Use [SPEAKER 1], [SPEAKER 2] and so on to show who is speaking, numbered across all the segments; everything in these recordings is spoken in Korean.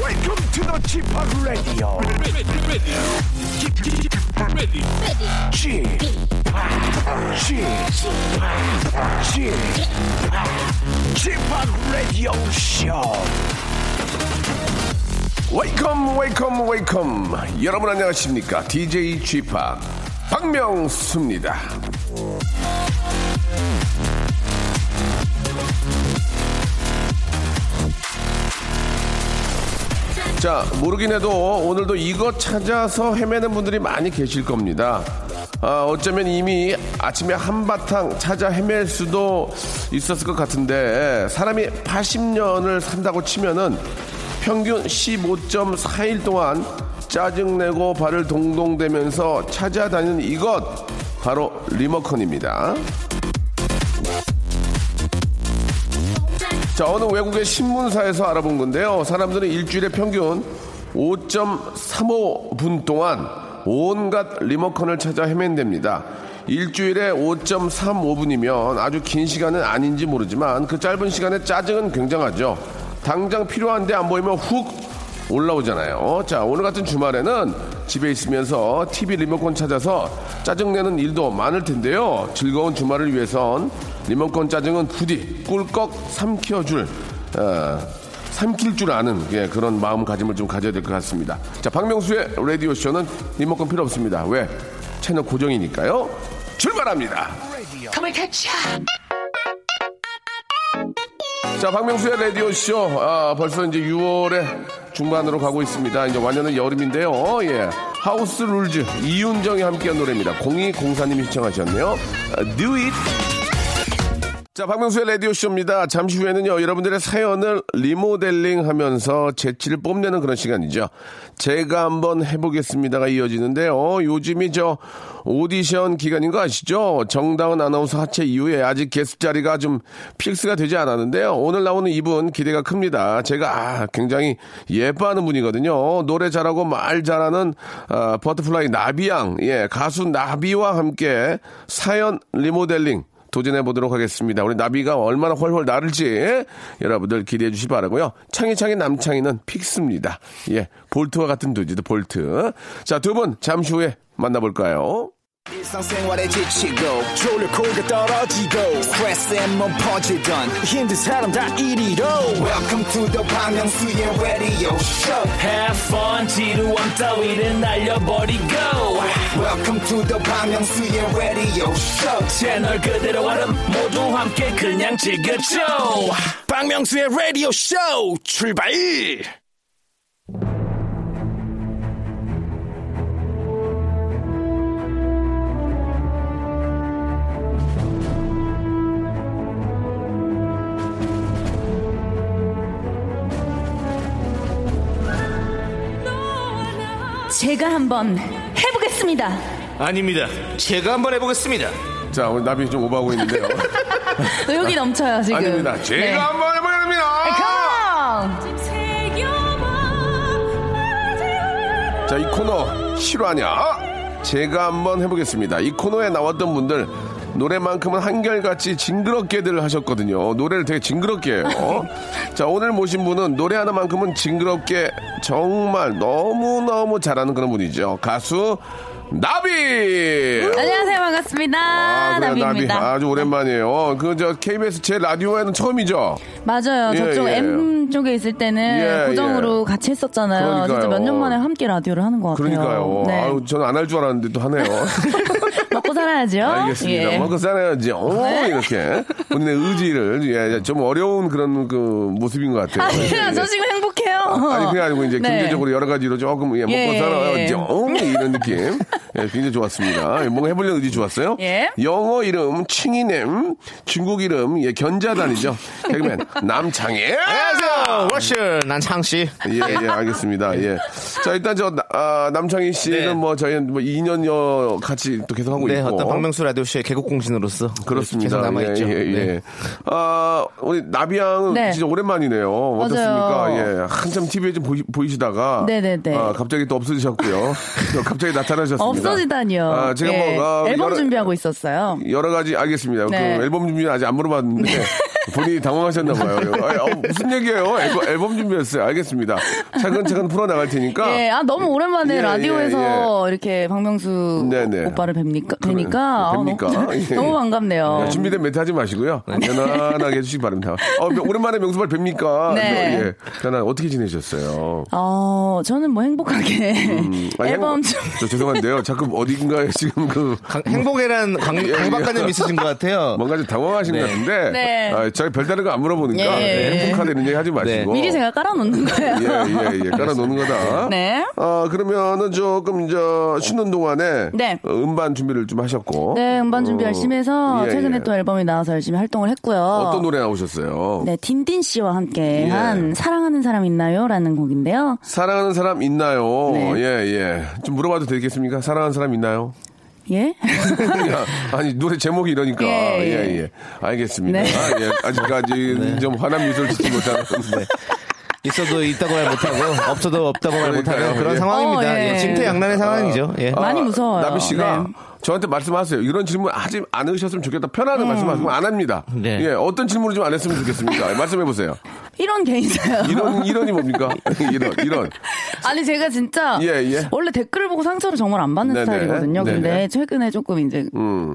[SPEAKER 1] Welcome to the Chip Radio. Chip Chip Radio Show.
[SPEAKER 2] 웨이컴 웨이컴 웨이컴 여러분 안녕하십니까 DJ g p 박명수입니다 자 모르긴 해도 오늘도 이거 찾아서 헤매는 분들이 많이 계실 겁니다 아, 어쩌면 이미 아침에 한바탕 찾아 헤맬 수도 있었을 것 같은데 사람이 80년을 산다고 치면은 평균 15.4일 동안 짜증내고 발을 동동대면서 찾아다니는 이것 바로 리모컨입니다. 자, 어느 외국의 신문사에서 알아본 건데요. 사람들은 일주일에 평균 5.35분 동안 온갖 리모컨을 찾아 헤맨답니다. 일주일에 5.35분이면 아주 긴 시간은 아닌지 모르지만 그 짧은 시간에 짜증은 굉장하죠. 당장 필요한데 안 보이면 훅 올라오잖아요. 자, 오늘 같은 주말에는 집에 있으면서 TV 리모컨 찾아서 짜증내는 일도 많을 텐데요. 즐거운 주말을 위해선 리모컨 짜증은 부디 꿀꺽 삼켜줄, 어, 삼킬 줄 아는 예, 그런 마음가짐을 좀 가져야 될 것 같습니다. 자, 박명수의 라디오쇼는 리모컨 필요 없습니다. 왜? 채널 고정이니까요. 출발합니다. 자, 박명수의 라디오쇼. 아, 벌써 이제 6월의 중반으로 가고 있습니다. 이제 완연은 여름인데요. 어, 예. 하우스 룰즈, 이윤정이 함께한 노래입니다. 0204님이 시청하셨네요. 아, Do it. 자, 박명수의 라디오쇼입니다. 잠시 후에는요, 여러분들의 사연을 리모델링 하면서 재치를 뽐내는 그런 시간이죠. 제가 한번 해보겠습니다가 이어지는데요. 요즘이 저 오디션 기간인 거 아시죠? 정다은 아나운서 하체 이후에 아직 게스트 자리가 좀 필수가 되지 않았는데요. 오늘 나오는 이분 기대가 큽니다. 제가 아, 굉장히 예뻐하는 분이거든요. 노래 잘하고 말 잘하는 아, 버터플라이 나비양, 예, 가수 나비와 함께 사연 리모델링 도전해 보도록 하겠습니다. 우리 나비가 얼마나 훨훨 날을지 예? 여러분들 기대해 주시기 바라고요. 창희창희 남창희는 픽스입니다. 예, 볼트와 같은 두지도 볼트. 자, 두 분 잠시 후에 만나볼까요?
[SPEAKER 3] 일상생활에 지치고, 졸려 코가 떨어지고, 스트레스에 몸 퍼지던, 힘든 사람 다 이리로. oh. welcome to the Bang Myung-soo's radio show
[SPEAKER 4] Have fun 지루한 따위를 날려버리고
[SPEAKER 3] welcome to the Bang Myung-soo's radio show
[SPEAKER 4] 채널 그대로 와름 모두 함께 그냥 즐겨줘
[SPEAKER 1] 박명수의 라디오 쇼 출발!
[SPEAKER 5] 제가 한번 해보겠습니다.
[SPEAKER 6] 아닙니다. 제가 한번 해보겠습니다.
[SPEAKER 2] 자, 우리 나비 좀 오버하고 있는데요.
[SPEAKER 5] 의욕이 넘쳐요 지금.
[SPEAKER 2] 아닙니다. 제가 아,
[SPEAKER 5] 네.
[SPEAKER 2] 한번 해보겠습니다.
[SPEAKER 5] 컴온!
[SPEAKER 2] 자, 이 코너 실화냐? 제가 한번 해보겠습니다. 이 코너에 나왔던 분들 노래만큼은 한결같이 징그럽게들 하셨거든요. 노래를 되게 징그럽게 해요. 자, 오늘 모신 분은 노래 하나만큼은 징그럽게 정말 너무너무 잘하는 그런 분이죠. 가수 나비!
[SPEAKER 5] 안녕하세요 반갑습니다
[SPEAKER 2] 예. 아, 그래요,
[SPEAKER 5] 나비입니다 네.
[SPEAKER 2] 나비. 아주 오랜만이에요. 그, 저, KBS 제 라디오에는 처음이죠?
[SPEAKER 5] 맞아요
[SPEAKER 2] 예,
[SPEAKER 5] 저쪽
[SPEAKER 2] 예.
[SPEAKER 5] M 쪽에 있을 때는
[SPEAKER 2] 예,
[SPEAKER 5] 고정으로
[SPEAKER 2] 예.
[SPEAKER 5] 같이 했었잖아요
[SPEAKER 2] 그러니까요.
[SPEAKER 5] 진짜 몇 년 만에 함께 라디오를 하는 것 같아요
[SPEAKER 2] 그러니까요.
[SPEAKER 5] 네.
[SPEAKER 2] 아유, 저는 안 할 줄 알았는데 또 하네요.
[SPEAKER 5] 먹고 살아야죠
[SPEAKER 2] 알겠습니다. 그
[SPEAKER 5] 예. 네?
[SPEAKER 2] 먹고 살아야지. 오, 이렇게. 본인의 의지를, 예, 좀 어려운 그런 그 모습인 것 같아요.
[SPEAKER 5] 아니요
[SPEAKER 2] 예.
[SPEAKER 5] 저 지금 행복해요
[SPEAKER 2] 아니 그게 아니고 이제
[SPEAKER 5] 네.
[SPEAKER 2] 경제적으로 여러 가지로 조금 예, 먹고
[SPEAKER 5] 예, 예.
[SPEAKER 2] 살아야죠 이런 느낌 예, 굉장히 좋았습니다. 예, 뭔가 해보려는 의지 좋았어요.
[SPEAKER 5] 예.
[SPEAKER 2] 영어 이름 칭이넴, 중국 이름 예, 견자단이죠. 개그맨 남창희.
[SPEAKER 6] 안녕하세요. 워셔 난 창씨.
[SPEAKER 2] 예, 예, 알겠습니다. 예. 자, 일단 저, 나- 아, 남창희 씨는
[SPEAKER 6] 네.
[SPEAKER 2] 뭐 저희 뭐 2년여 같이 또 계속하고
[SPEAKER 6] 네,
[SPEAKER 2] 뭐 있고.
[SPEAKER 6] 어떤 박명수 라디오쇼의 개국공신으로서
[SPEAKER 2] 그렇습니다.
[SPEAKER 6] 계속 남아있죠.
[SPEAKER 2] 예, 예, 예.
[SPEAKER 6] 네.
[SPEAKER 2] 아, 우리 나비양
[SPEAKER 5] 네.
[SPEAKER 2] 진짜 오랜만이네요. 어떻습니까?
[SPEAKER 5] 맞아요.
[SPEAKER 2] 예. 한참 TV에 좀 보이, 시다가
[SPEAKER 5] 네네네.
[SPEAKER 2] 아, 갑자기 또 없어지셨고요. 또 갑자기 나타나셨습니다.
[SPEAKER 5] 없어지다니요
[SPEAKER 2] 아, 제가
[SPEAKER 5] 예.
[SPEAKER 2] 뭐 아,
[SPEAKER 5] 앨범
[SPEAKER 2] 여러-
[SPEAKER 5] 준비하고 있었어요
[SPEAKER 2] 여러 가지 알겠습니다.
[SPEAKER 5] 네.
[SPEAKER 2] 그 앨범 준비는 아직 안 물어봤는데 본인이 당황하셨나 봐요. 아니, 어, 무슨 얘기예요? 앨범, 앨범 준비했어요. 알겠습니다. 차근차근 풀어 나갈 테니까.
[SPEAKER 5] 예, 아 너무 오랜만에
[SPEAKER 2] 예,
[SPEAKER 5] 라디오에서 이렇게 박명수
[SPEAKER 2] 네네.
[SPEAKER 5] 오빠를 뵙니까 뵈니까 아,
[SPEAKER 2] 뵙니까?
[SPEAKER 5] 너무,
[SPEAKER 2] 예, 예.
[SPEAKER 5] 너무 반갑네요.
[SPEAKER 2] 야, 준비된 멘트 하지 마시고요.
[SPEAKER 5] 네.
[SPEAKER 2] 편안하게 해주시기 바랍니다. 어, 명- 오랜만에 명수발 뵙니까?
[SPEAKER 5] 네.
[SPEAKER 2] 저, 예. 편안 어떻게 지내셨어요?
[SPEAKER 5] 어, 저는 뭐 행복하게
[SPEAKER 2] 음, 아니,
[SPEAKER 5] 앨범
[SPEAKER 2] 행복-
[SPEAKER 5] 좀
[SPEAKER 2] 저 죄송한데요. 자꾸 어딘가에 지금 그
[SPEAKER 6] 강- 행복에란 강-
[SPEAKER 2] 예,
[SPEAKER 6] 강박관념 있으신 것 같아요.
[SPEAKER 2] 뭔가 좀 당황하신 것 같은데
[SPEAKER 5] 네.
[SPEAKER 2] 아, 저희 별다른 거 안 물어보니까
[SPEAKER 5] 예. 네.
[SPEAKER 2] 네, 행복하다 이런 얘기 하지 마시고
[SPEAKER 5] 미리 제가 깔아놓는 거예요.
[SPEAKER 2] 예예예 깔아 놓는 거다.
[SPEAKER 5] 네.
[SPEAKER 2] 아 그러면은 조금 이제 쉬는 동안에
[SPEAKER 5] 네.
[SPEAKER 2] 어, 음반 준비를 좀 하셨고.
[SPEAKER 5] 네, 음반 준비
[SPEAKER 2] 어,
[SPEAKER 5] 열심히 해서
[SPEAKER 2] 예,
[SPEAKER 5] 최근에
[SPEAKER 2] 예.
[SPEAKER 5] 또 앨범이 나와서 열심히 활동을 했고요.
[SPEAKER 2] 어떤 노래 나오셨어요?
[SPEAKER 5] 네, 딘딘 씨와 함께
[SPEAKER 2] 예.
[SPEAKER 5] 한 사랑하는 사람 있나요라는 곡인데요.
[SPEAKER 2] 사랑하는 사람 있나요?
[SPEAKER 5] 네.
[SPEAKER 2] 예, 예. 좀 물어봐도 되겠습니까? 사랑하는 사람 있나요?
[SPEAKER 5] 예?
[SPEAKER 2] 야, 아니, 노래 제목이 이러니까.
[SPEAKER 5] 예,
[SPEAKER 2] 예,
[SPEAKER 5] 예.
[SPEAKER 2] 예. 알겠습니다.
[SPEAKER 5] 네.
[SPEAKER 2] 아, 예. 아직까지 좀 화난 미소를 짓지 못하는.
[SPEAKER 5] 네.
[SPEAKER 6] 있어도 있다고 말 못하고 없어도 없다고 말 못하는
[SPEAKER 2] 그러니까요,
[SPEAKER 6] 그런
[SPEAKER 2] 예. 아,
[SPEAKER 6] 상황입니다.
[SPEAKER 5] 어, 예.
[SPEAKER 6] 예, 진퇴양난의 상황이죠. 예.
[SPEAKER 5] 많이 무서워요.
[SPEAKER 2] 나비 씨가
[SPEAKER 5] 네.
[SPEAKER 2] 저한테 말씀하세요. 이런 질문 하지 않으셨으면 좋겠다. 편하게
[SPEAKER 5] 음.
[SPEAKER 2] 말씀하시면 안 합니다.
[SPEAKER 6] 네.
[SPEAKER 2] 예, 어떤 질문을 좀 안 했으면 좋겠습니까? 말씀해 보세요.
[SPEAKER 5] 이런 개인사요.
[SPEAKER 2] 이런 이런이 뭡니까? 이런 이런.
[SPEAKER 5] 아니 제가 진짜
[SPEAKER 2] 예, 예.
[SPEAKER 5] 원래 댓글을 보고 상처를 정말 안 받는
[SPEAKER 2] 네네.
[SPEAKER 5] 스타일이거든요. 근데
[SPEAKER 2] 네네.
[SPEAKER 5] 최근에 조금 이제 음.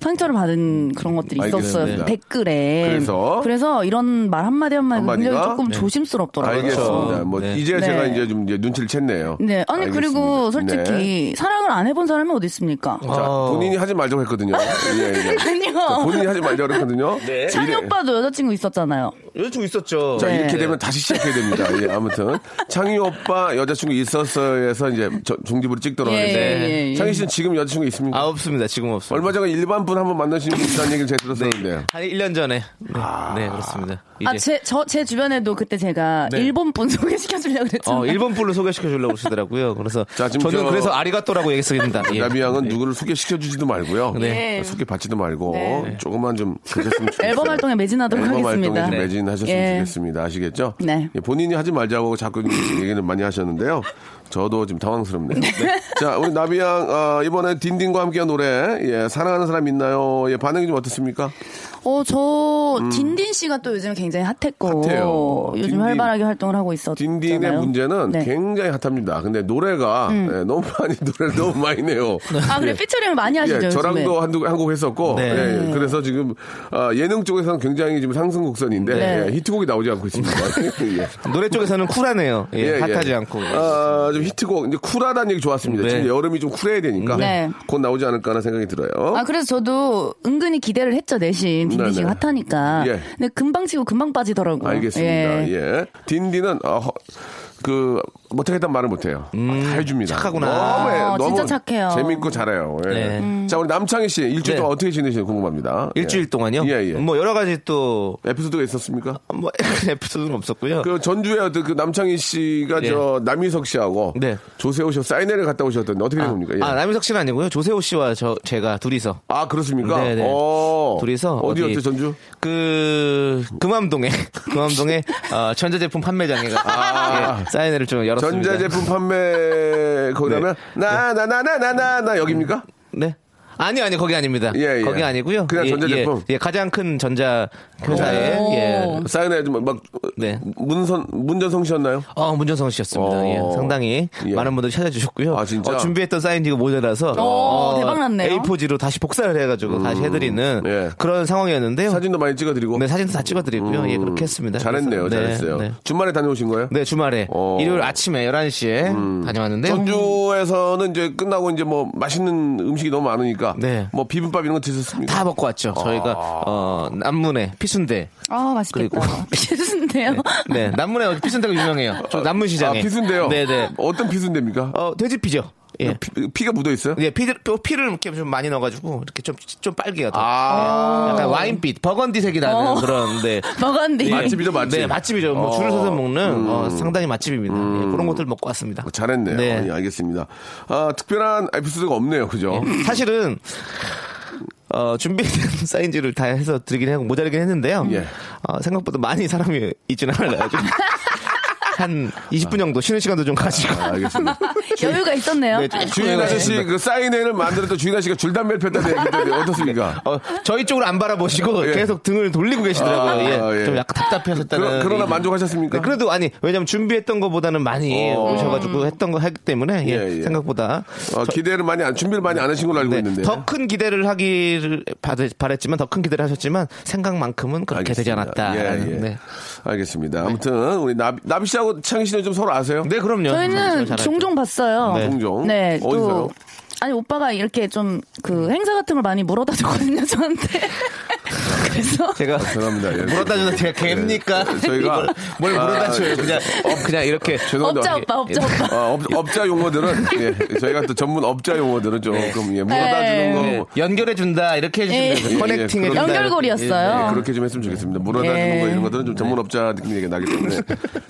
[SPEAKER 5] 상처를 받은 그런 것들이 있었어요.
[SPEAKER 2] 알겠습니다.
[SPEAKER 5] 댓글에.
[SPEAKER 2] 그래서?
[SPEAKER 5] 그래서 이런 말 한마디 한마디 가
[SPEAKER 2] 한마디가?
[SPEAKER 5] 굉장히 조금
[SPEAKER 6] 네.
[SPEAKER 5] 조심스럽더라고요.
[SPEAKER 2] 알겠습니다.
[SPEAKER 6] 그렇죠.
[SPEAKER 2] 뭐
[SPEAKER 6] 네.
[SPEAKER 2] 이제
[SPEAKER 5] 네.
[SPEAKER 2] 제가 이제 좀 이제 눈치를 챘네요.
[SPEAKER 5] 네. 아니 그리고
[SPEAKER 2] 알겠습니다.
[SPEAKER 5] 솔직히
[SPEAKER 2] 네.
[SPEAKER 5] 사랑을 안 해본 사람이 어디 있습니까?
[SPEAKER 2] 자, 본인이 하지 말자고 했거든요. 예, 예. 자,
[SPEAKER 5] 아니요.
[SPEAKER 2] 본인이 하지 말자고 했거든요. 네.
[SPEAKER 5] 찬이 어. 오빠도 여자친구 있었잖아요.
[SPEAKER 6] 여자친구 있었죠.
[SPEAKER 2] 자,
[SPEAKER 5] 네.
[SPEAKER 2] 이렇게 되면 다시 시작해야 됩니다. 예, 아무튼. 창희 오빠 여자친구 있었어요에서 이제 저- 종지부를 찍도록
[SPEAKER 5] 예,
[SPEAKER 2] 하겠습니다.
[SPEAKER 5] 예, 예, 예.
[SPEAKER 2] 창희 씨는 지금 여자친구 있습니까?
[SPEAKER 6] 아 없습니다. 지금 없어요.
[SPEAKER 2] 얼마 전에 일반 분 한 번 만나신 분 있다는 얘기를 제가 들었었는데.
[SPEAKER 6] 한 1년 전에. 네,
[SPEAKER 2] 아.
[SPEAKER 6] 네, 그렇습니다. 이제. 네.
[SPEAKER 5] 아, 제, 저, 제 주변에도 그때 제가 일본 분 소개시켜주려고 그랬잖아요.
[SPEAKER 6] 어, 일본 분을 소개시켜 주려고 그러시더라고요. 그래서
[SPEAKER 2] 자, 지금
[SPEAKER 6] 저는
[SPEAKER 2] 저-
[SPEAKER 6] 그래서 아리가또라고 얘기했습니다. 예.
[SPEAKER 2] 나비 양은 누구를 소개시켜주지도 말고요.
[SPEAKER 5] 네. 예.
[SPEAKER 2] 소개받지도 말고
[SPEAKER 5] 네.
[SPEAKER 2] 조금만 좀 그랬으면 좋겠어요.
[SPEAKER 5] 앨범 활동에 매진하도록
[SPEAKER 2] 앨범
[SPEAKER 5] 하겠습니다.
[SPEAKER 2] 활동에 좀
[SPEAKER 6] 네.
[SPEAKER 2] 매진하셨으면
[SPEAKER 5] 예.
[SPEAKER 2] 좋겠습니다. 아시겠죠?
[SPEAKER 5] 네.
[SPEAKER 2] 예, 본인이 하지 말자고 자꾸 얘기는 많이 하셨는데요. 저도 지금 당황스럽네요. 네. 자, 우리 나비 양 아, 이번에 딘딘과 함께한 노래 예, 사랑하는 사람 있나요? 예, 반응이 좀 어떻습니까?
[SPEAKER 5] 어, 저 딘딘 씨가 또 요즘 굉장히 핫했고
[SPEAKER 2] 음. 핫해요.
[SPEAKER 5] 요즘
[SPEAKER 2] 딘딘.
[SPEAKER 5] 활발하게 활동을 하고 있었잖아요.
[SPEAKER 2] 딘딘의 문제는
[SPEAKER 5] 네. 음.
[SPEAKER 2] 굉장히 핫합니다. 근데 노래가 예, 너무 많이 노래를 너무 많이 내요.
[SPEAKER 5] 아, 그래 피처링을 많이 하시죠.
[SPEAKER 2] 예,
[SPEAKER 5] 요즘에.
[SPEAKER 2] 저랑도 한두 한곡 했었고
[SPEAKER 6] 네.
[SPEAKER 2] 예, 예. 그래서 지금 아, 예능 쪽에서는 굉장히 지금 상승 곡선인데
[SPEAKER 5] 네.
[SPEAKER 2] 예, 히트곡이 나오지 않고 있습니다. 예.
[SPEAKER 6] 노래 쪽에서는 쿨하네요. 예,
[SPEAKER 2] 예, 예.
[SPEAKER 6] 핫하지 않고.
[SPEAKER 2] 아, 좀 히트곡 이제 쿨하다는 얘기 좋았습니다.
[SPEAKER 6] 네.
[SPEAKER 2] 지금 여름이 좀 쿨해야 되니까
[SPEAKER 5] 네.
[SPEAKER 2] 곧 나오지 않을까 하는 생각이 들어요.
[SPEAKER 5] 아, 그래서 저도 은근히 기대를 했죠, 내심. 딘딘 씨가
[SPEAKER 2] 네네.
[SPEAKER 5] 핫하니까.
[SPEAKER 2] 예.
[SPEAKER 5] 근데 금방 치고 금방 빠지더라고요.
[SPEAKER 2] 알겠습니다.
[SPEAKER 5] 예.
[SPEAKER 2] 예. 딘딘은 어, 허- 그 못하겠다는 말을 못해요. 아, 다 해줍니다.
[SPEAKER 6] 음, 착하구나.
[SPEAKER 2] 너무, 해-
[SPEAKER 5] 어,
[SPEAKER 2] 너무
[SPEAKER 5] 진짜 착해요. 음.
[SPEAKER 2] 재밌고 잘해요. 예.
[SPEAKER 6] 네.
[SPEAKER 2] 자 우리 남창희 씨 일주일
[SPEAKER 6] 네.
[SPEAKER 2] 동안 어떻게 지내시는지 궁금합니다. 예.
[SPEAKER 6] 일주일 동안요.
[SPEAKER 2] 예, 예.
[SPEAKER 6] 뭐 여러 가지 또
[SPEAKER 2] 에피소드가 있었습니까?
[SPEAKER 6] 뭐 에피소드는 없었고요.
[SPEAKER 2] 그 전주에 어떤 그 남창희 씨가
[SPEAKER 6] 예.
[SPEAKER 2] 저 남희석 씨하고
[SPEAKER 6] 네.
[SPEAKER 2] 조세호 씨 사인회를 갔다 오셨던데 어떻게 된 겁니까? 예.
[SPEAKER 6] 아, 남희석 씨는 아니고요. 조세호 씨와 저 제가 둘이서
[SPEAKER 2] 아, 그렇습니까?
[SPEAKER 6] 네네.
[SPEAKER 2] 어.
[SPEAKER 6] 둘이서
[SPEAKER 2] 어디였죠
[SPEAKER 6] 어디-
[SPEAKER 2] 전주?
[SPEAKER 6] 그 금암동에 금암동에 어, 전자제품 판매장에 가서
[SPEAKER 2] 아.
[SPEAKER 6] 예, 사인회를 좀 열었습니다.
[SPEAKER 2] 전자제품 판매 거기라면 나나 나 나 나 나나 여기입니까?
[SPEAKER 6] 네. 아니요, 아니요, 거기 아닙니다.
[SPEAKER 2] 예, 예.
[SPEAKER 6] 거기 아니고요.
[SPEAKER 2] 그냥 전자제품.
[SPEAKER 6] 예, 예, 가장 큰 전자 회사에 예.
[SPEAKER 5] 오.
[SPEAKER 2] 사인회 좀 뭐, 막,
[SPEAKER 6] 네.
[SPEAKER 2] 문선, 문전성 씨였나요?
[SPEAKER 6] 어, 문정성 씨였습니다.
[SPEAKER 2] 어.
[SPEAKER 6] 예, 상당히
[SPEAKER 2] 예.
[SPEAKER 6] 많은 분들이 찾아주셨고요.
[SPEAKER 2] 아, 진짜?
[SPEAKER 6] 어, 준비했던 사인지가 모자라서
[SPEAKER 5] 오, 어, 대박 났네요.
[SPEAKER 6] A4지로 다시 복사를 해가지고 다시 해드리는
[SPEAKER 2] 예.
[SPEAKER 6] 그런 상황이었는데요.
[SPEAKER 2] 사진도 많이 찍어드리고. 음.
[SPEAKER 6] 네, 사진도 다 찍어드리고요. 예, 그렇게 했습니다.
[SPEAKER 2] 잘했네요,
[SPEAKER 6] 그래서, 네,
[SPEAKER 2] 잘했어요.
[SPEAKER 6] 네.
[SPEAKER 2] 주말에 다녀오신 거예요?
[SPEAKER 6] 네, 주말에
[SPEAKER 2] 어. 음.
[SPEAKER 6] 일요일 아침에 11시에 다녀왔는데요.
[SPEAKER 2] 전주에서는 이제 끝나고 이제 뭐 맛있는 음식이 너무 많으니까
[SPEAKER 6] 네.
[SPEAKER 2] 뭐 비빔밥 이런 거 드셨습니까?
[SPEAKER 6] 다 먹고 왔죠. 저희가
[SPEAKER 2] 아.
[SPEAKER 6] 어, 남문에 피순대.
[SPEAKER 5] 아 맛있겠다.
[SPEAKER 6] 그리고-
[SPEAKER 5] 비슷한데요.
[SPEAKER 6] 네, 남문에 피순대가 유명해요. 저 남문시장에.
[SPEAKER 2] 아, 피순대요?
[SPEAKER 6] 네, 네.
[SPEAKER 2] 어떤 피순대입니까?
[SPEAKER 6] 어, 돼지피죠. 예.
[SPEAKER 2] 피, 피가 묻어 있어요?
[SPEAKER 6] 예, 피를, 피를 이렇게 좀 많이 넣어가지고 이렇게 좀, 좀 빨개요. 더.
[SPEAKER 2] 아.
[SPEAKER 6] 약간 와인빛, 버건디색이 나는
[SPEAKER 5] 어. 예.
[SPEAKER 6] 그런, 네.
[SPEAKER 5] 먹었는데
[SPEAKER 2] 맛집이죠, 맛집. 음.
[SPEAKER 6] 네, 맛집이죠. 뭐 줄을 서서 먹는 어, 상당히 맛집입니다. 예, 그런 것들 먹고 왔습니다.
[SPEAKER 2] 잘했네요.
[SPEAKER 6] 네.
[SPEAKER 2] 예, 알겠습니다. 아, 특별한 에피소드가 없네요. 그죠?
[SPEAKER 6] 예. 사실은 어, 준비된 사인지를 다 해서 드리긴 하고 모자르긴 했는데요.
[SPEAKER 2] 예.
[SPEAKER 6] 어, 생각보다 많이 사람이 있지는 않아요. 좀 한 20분 정도 쉬는 시간도 좀 가지고.
[SPEAKER 2] 아, 알겠습니다.
[SPEAKER 5] 여유가 있었네요.
[SPEAKER 6] 네, 좀-
[SPEAKER 2] 주인 아저씨 그 사인회를 만들었던 주인 아저씨가 줄담배를 폈다는 얘기 때문에 어떻습니까?
[SPEAKER 6] 어, 저희 쪽으로 안 바라보시고
[SPEAKER 2] 예.
[SPEAKER 6] 계속 등을 돌리고 계시더라고요.
[SPEAKER 2] 아,
[SPEAKER 6] 예.
[SPEAKER 2] 예.
[SPEAKER 6] 좀 약간 답답하셨다는.
[SPEAKER 2] 그러, 그러나
[SPEAKER 6] 얘기.
[SPEAKER 2] 만족하셨습니까?
[SPEAKER 6] 네, 그래도 아니 왜냐면 준비했던 것보다는 많이
[SPEAKER 2] 어.
[SPEAKER 6] 오셔가지고 했던 거 했기 때문에 예,
[SPEAKER 2] 예, 예.
[SPEAKER 6] 생각보다
[SPEAKER 2] 어, 기대를 많이 안, 준비를 많이 안 하신 걸로 알고 있는데.
[SPEAKER 6] 네, 더 큰 기대를 하기를 바래- 바랬지만 더 큰 기대를 하셨지만 생각만큼은 그렇게 되지
[SPEAKER 2] 알겠습니다.
[SPEAKER 6] 않았다.
[SPEAKER 2] 예, 예.
[SPEAKER 6] 네.
[SPEAKER 2] 알겠습니다. 아무튼 우리 나비, 나비 씨하고 창희 씨는 좀 서로 아세요?
[SPEAKER 6] 네, 그럼요.
[SPEAKER 5] 저희는
[SPEAKER 6] 잘 알죠.
[SPEAKER 5] 종종 봤어요.
[SPEAKER 6] 네.
[SPEAKER 2] 종종.
[SPEAKER 5] 네,
[SPEAKER 2] 어디서요?
[SPEAKER 5] 또 아니 오빠가 이렇게 좀 그 행사 같은 걸 많이 물어다 줬거든요 저한테. 그래서
[SPEAKER 6] 제가
[SPEAKER 2] 죄송합니다. 예.
[SPEAKER 6] 물어다 주는 제가 갭니까?
[SPEAKER 2] 저희가-
[SPEAKER 6] 이걸 뭘 물어다
[SPEAKER 2] 아,
[SPEAKER 6] 줘요.
[SPEAKER 2] 저-
[SPEAKER 6] 그냥 어, 그냥 이렇게
[SPEAKER 2] 죄송한데
[SPEAKER 5] 업자
[SPEAKER 2] 어떻게-
[SPEAKER 5] 오빠, 업자 오빠.
[SPEAKER 2] 어, 업, 자 용어들은 예, 저희가 또 전문 업자 용어들은 조금 예, 물어다 주는 거
[SPEAKER 6] 네, 연결해 준다. 이렇게 해
[SPEAKER 5] 예.
[SPEAKER 6] 주시면 돼요. 예,
[SPEAKER 2] 예,
[SPEAKER 6] 커넥팅 해
[SPEAKER 2] 그런-
[SPEAKER 6] 준다.
[SPEAKER 5] 연결고리였어요.
[SPEAKER 2] 예, 그렇게 좀 했으면 좋겠습니다. 물어다 주는
[SPEAKER 5] 예.
[SPEAKER 2] 거 이런 것들은 좀
[SPEAKER 6] 네.
[SPEAKER 2] 전문 업자 느낌 얘기 나기 때문에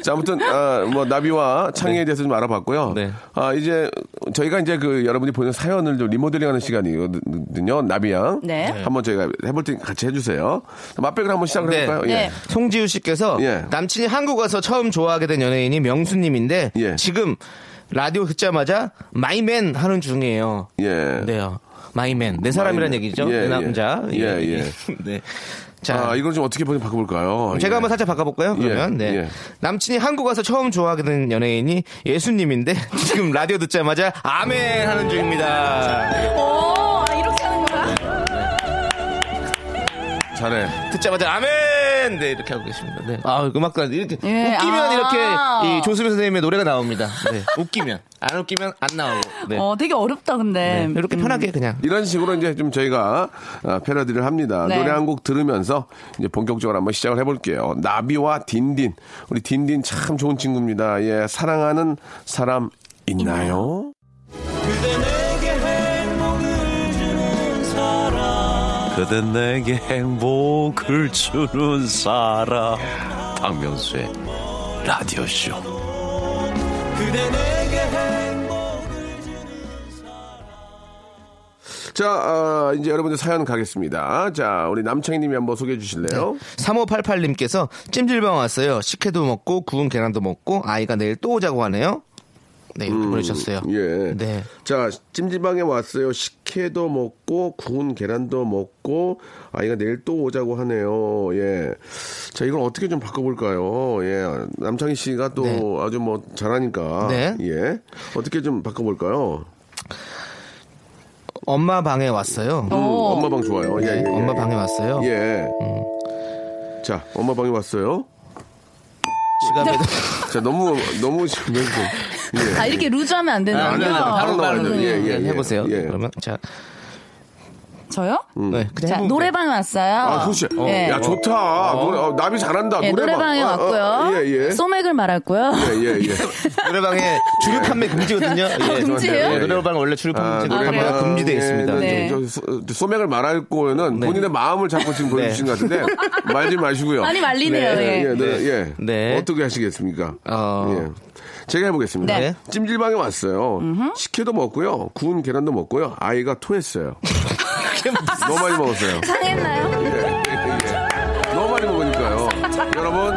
[SPEAKER 2] 자 아무튼 아, 뭐 나비와 창의에 대해서 좀 알아봤고요.
[SPEAKER 6] 네.
[SPEAKER 2] 아 이제 저희가 이제 그 여러분이 보는 사연을 좀 리모델링하는 시간이거든요. 나비양
[SPEAKER 5] 네.
[SPEAKER 2] 한번 저희가 해볼 테니 같이 해주세요. 맛백을 한번 시작을
[SPEAKER 6] 네.
[SPEAKER 2] 해볼까요?
[SPEAKER 5] 네.
[SPEAKER 2] 예.
[SPEAKER 6] 송지우 씨께서
[SPEAKER 2] 예.
[SPEAKER 6] 남친이 한국 와서 처음 좋아하게 된 연예인이 명수님인데
[SPEAKER 2] 예.
[SPEAKER 6] 지금 라디오 듣자마자 마이맨 하는 중이에요.
[SPEAKER 2] 예.
[SPEAKER 6] 네요. 마이맨 내 사람이란
[SPEAKER 2] 마이맨.
[SPEAKER 6] 얘기죠.
[SPEAKER 2] 예,
[SPEAKER 6] 내
[SPEAKER 2] 예.
[SPEAKER 6] 남자.
[SPEAKER 2] 예, 예.
[SPEAKER 6] 네. 자
[SPEAKER 2] 아 이걸 좀 어떻게 바꿔볼까요?
[SPEAKER 6] 제가
[SPEAKER 2] 예.
[SPEAKER 6] 한번 살짝 바꿔볼까요? 그러면
[SPEAKER 2] 예,
[SPEAKER 6] 네.
[SPEAKER 2] 예.
[SPEAKER 6] 남친이 한국 와서 처음 좋아하게 된 연예인이 예수님인데 지금 라디오 듣자마자 아멘 하는 중입니다.
[SPEAKER 5] 오, 아, 이렇게 하는 거야?
[SPEAKER 2] 잘해.
[SPEAKER 6] 듣자마자 아멘 네 이렇게 하고 계십니다. 네. 아 음악까지 이렇게
[SPEAKER 5] 예,
[SPEAKER 6] 웃기면
[SPEAKER 5] 아.
[SPEAKER 6] 이렇게 이 조수민 선생님의 노래가 나옵니다. 네. 웃기면 안 웃기면 안 나오고 네.
[SPEAKER 5] 어, 되게 어렵다 근데. 음.
[SPEAKER 6] 네. 이렇게 편하게 그냥
[SPEAKER 2] 이런 식으로 이제 좀 저희가 아, 패러디를 합니다.
[SPEAKER 5] 네.
[SPEAKER 2] 노래 한 곡 들으면서 이제 본격적으로 한번 시작을 해볼게요. 나비와 딘딘. 우리 딘딘 참 좋은 친구입니다. 예, 사랑하는 사람 있나요?
[SPEAKER 7] 그대 내게 행복을 주는 사람 박명수의 라디오쇼
[SPEAKER 2] 자, 아, 이제 여러분들 사연 가겠습니다. 자, 우리 남창희님이 한번 소개해
[SPEAKER 6] 어?
[SPEAKER 2] 주실래요?
[SPEAKER 6] 3588님께서 찜질방 왔어요. 식혜도 먹고 구운 계란도 먹고 아이가 내일 또 오자고 하네요. 네 이렇게 보내주셨어요.
[SPEAKER 2] 예.
[SPEAKER 6] 네.
[SPEAKER 2] 자, 찜질방에 왔어요. 식혜도 먹고 구운 계란도 먹고 아이가 내일 또 오자고 하네요. 예. 자, 이걸 어떻게 좀 바꿔볼까요? 예. 남창희 씨가 또
[SPEAKER 6] 네.
[SPEAKER 2] 아주 뭐 잘하니까.
[SPEAKER 6] 네.
[SPEAKER 2] 예. 어떻게 좀 바꿔볼까요?
[SPEAKER 6] 엄마 방에 왔어요.
[SPEAKER 2] 음, 엄마 방 좋아요. 예, 예, 예.
[SPEAKER 6] 엄마 방에 왔어요. 음.
[SPEAKER 2] 예. 자, 엄마 방에 왔어요.
[SPEAKER 6] 지갑에도
[SPEAKER 2] 자, 너무 너무 지금 예.
[SPEAKER 5] 아, 이렇게 루즈하면 안 되나요? 어.
[SPEAKER 2] 아니, 아니, 아니. 바로
[SPEAKER 5] 네.
[SPEAKER 2] 나와야 돼요. 예, 예, 예.
[SPEAKER 6] 네. 해보세요.
[SPEAKER 2] 예.
[SPEAKER 6] 그러면 자,
[SPEAKER 5] 저요?
[SPEAKER 6] 네, 그냥
[SPEAKER 5] 자,
[SPEAKER 6] 해보면
[SPEAKER 5] 노래방 왔어요.
[SPEAKER 2] 음. 아, 그렇지.
[SPEAKER 5] 예.
[SPEAKER 2] 야, 좋다. 노래, 어, 나비 잘한다.
[SPEAKER 5] 예,
[SPEAKER 2] 노래방.
[SPEAKER 5] 노래방에
[SPEAKER 2] 어, 어,
[SPEAKER 5] 왔고요.
[SPEAKER 2] 예, 예.
[SPEAKER 5] 소맥을 말았고요.
[SPEAKER 2] 예, 예, 예.
[SPEAKER 6] 돼요. 노래방에 주류 판매 금지거든요. 예.
[SPEAKER 5] 아, 그 금지예요?
[SPEAKER 6] 네, 노래방 원래 주류
[SPEAKER 2] 아,
[SPEAKER 6] 판매
[SPEAKER 5] 노래방.
[SPEAKER 6] 금지가 금지돼 있습니다. 네.
[SPEAKER 5] 네.
[SPEAKER 2] 저, 소- 저 소맥을 말할 거에는 본인의 마음을 자꾸 지금 보여주신 것 같은데 말지 마시고요.
[SPEAKER 5] 많이 말리네요.
[SPEAKER 2] 예,
[SPEAKER 5] 예.
[SPEAKER 2] 예, 네, 예.
[SPEAKER 6] 네.
[SPEAKER 2] 어떻게 하시겠습니까?
[SPEAKER 6] 어.
[SPEAKER 2] 예. 제가 해보겠습니다.
[SPEAKER 6] 네.
[SPEAKER 2] 찜질방에 왔어요. 식혜도 먹고요. 구운 계란도 먹고요. 아이가 토했어요. 너무 많이 먹었어요.
[SPEAKER 5] 상했나요?
[SPEAKER 2] 예, 예, 예. 너무 많이 먹으니까요. 여러분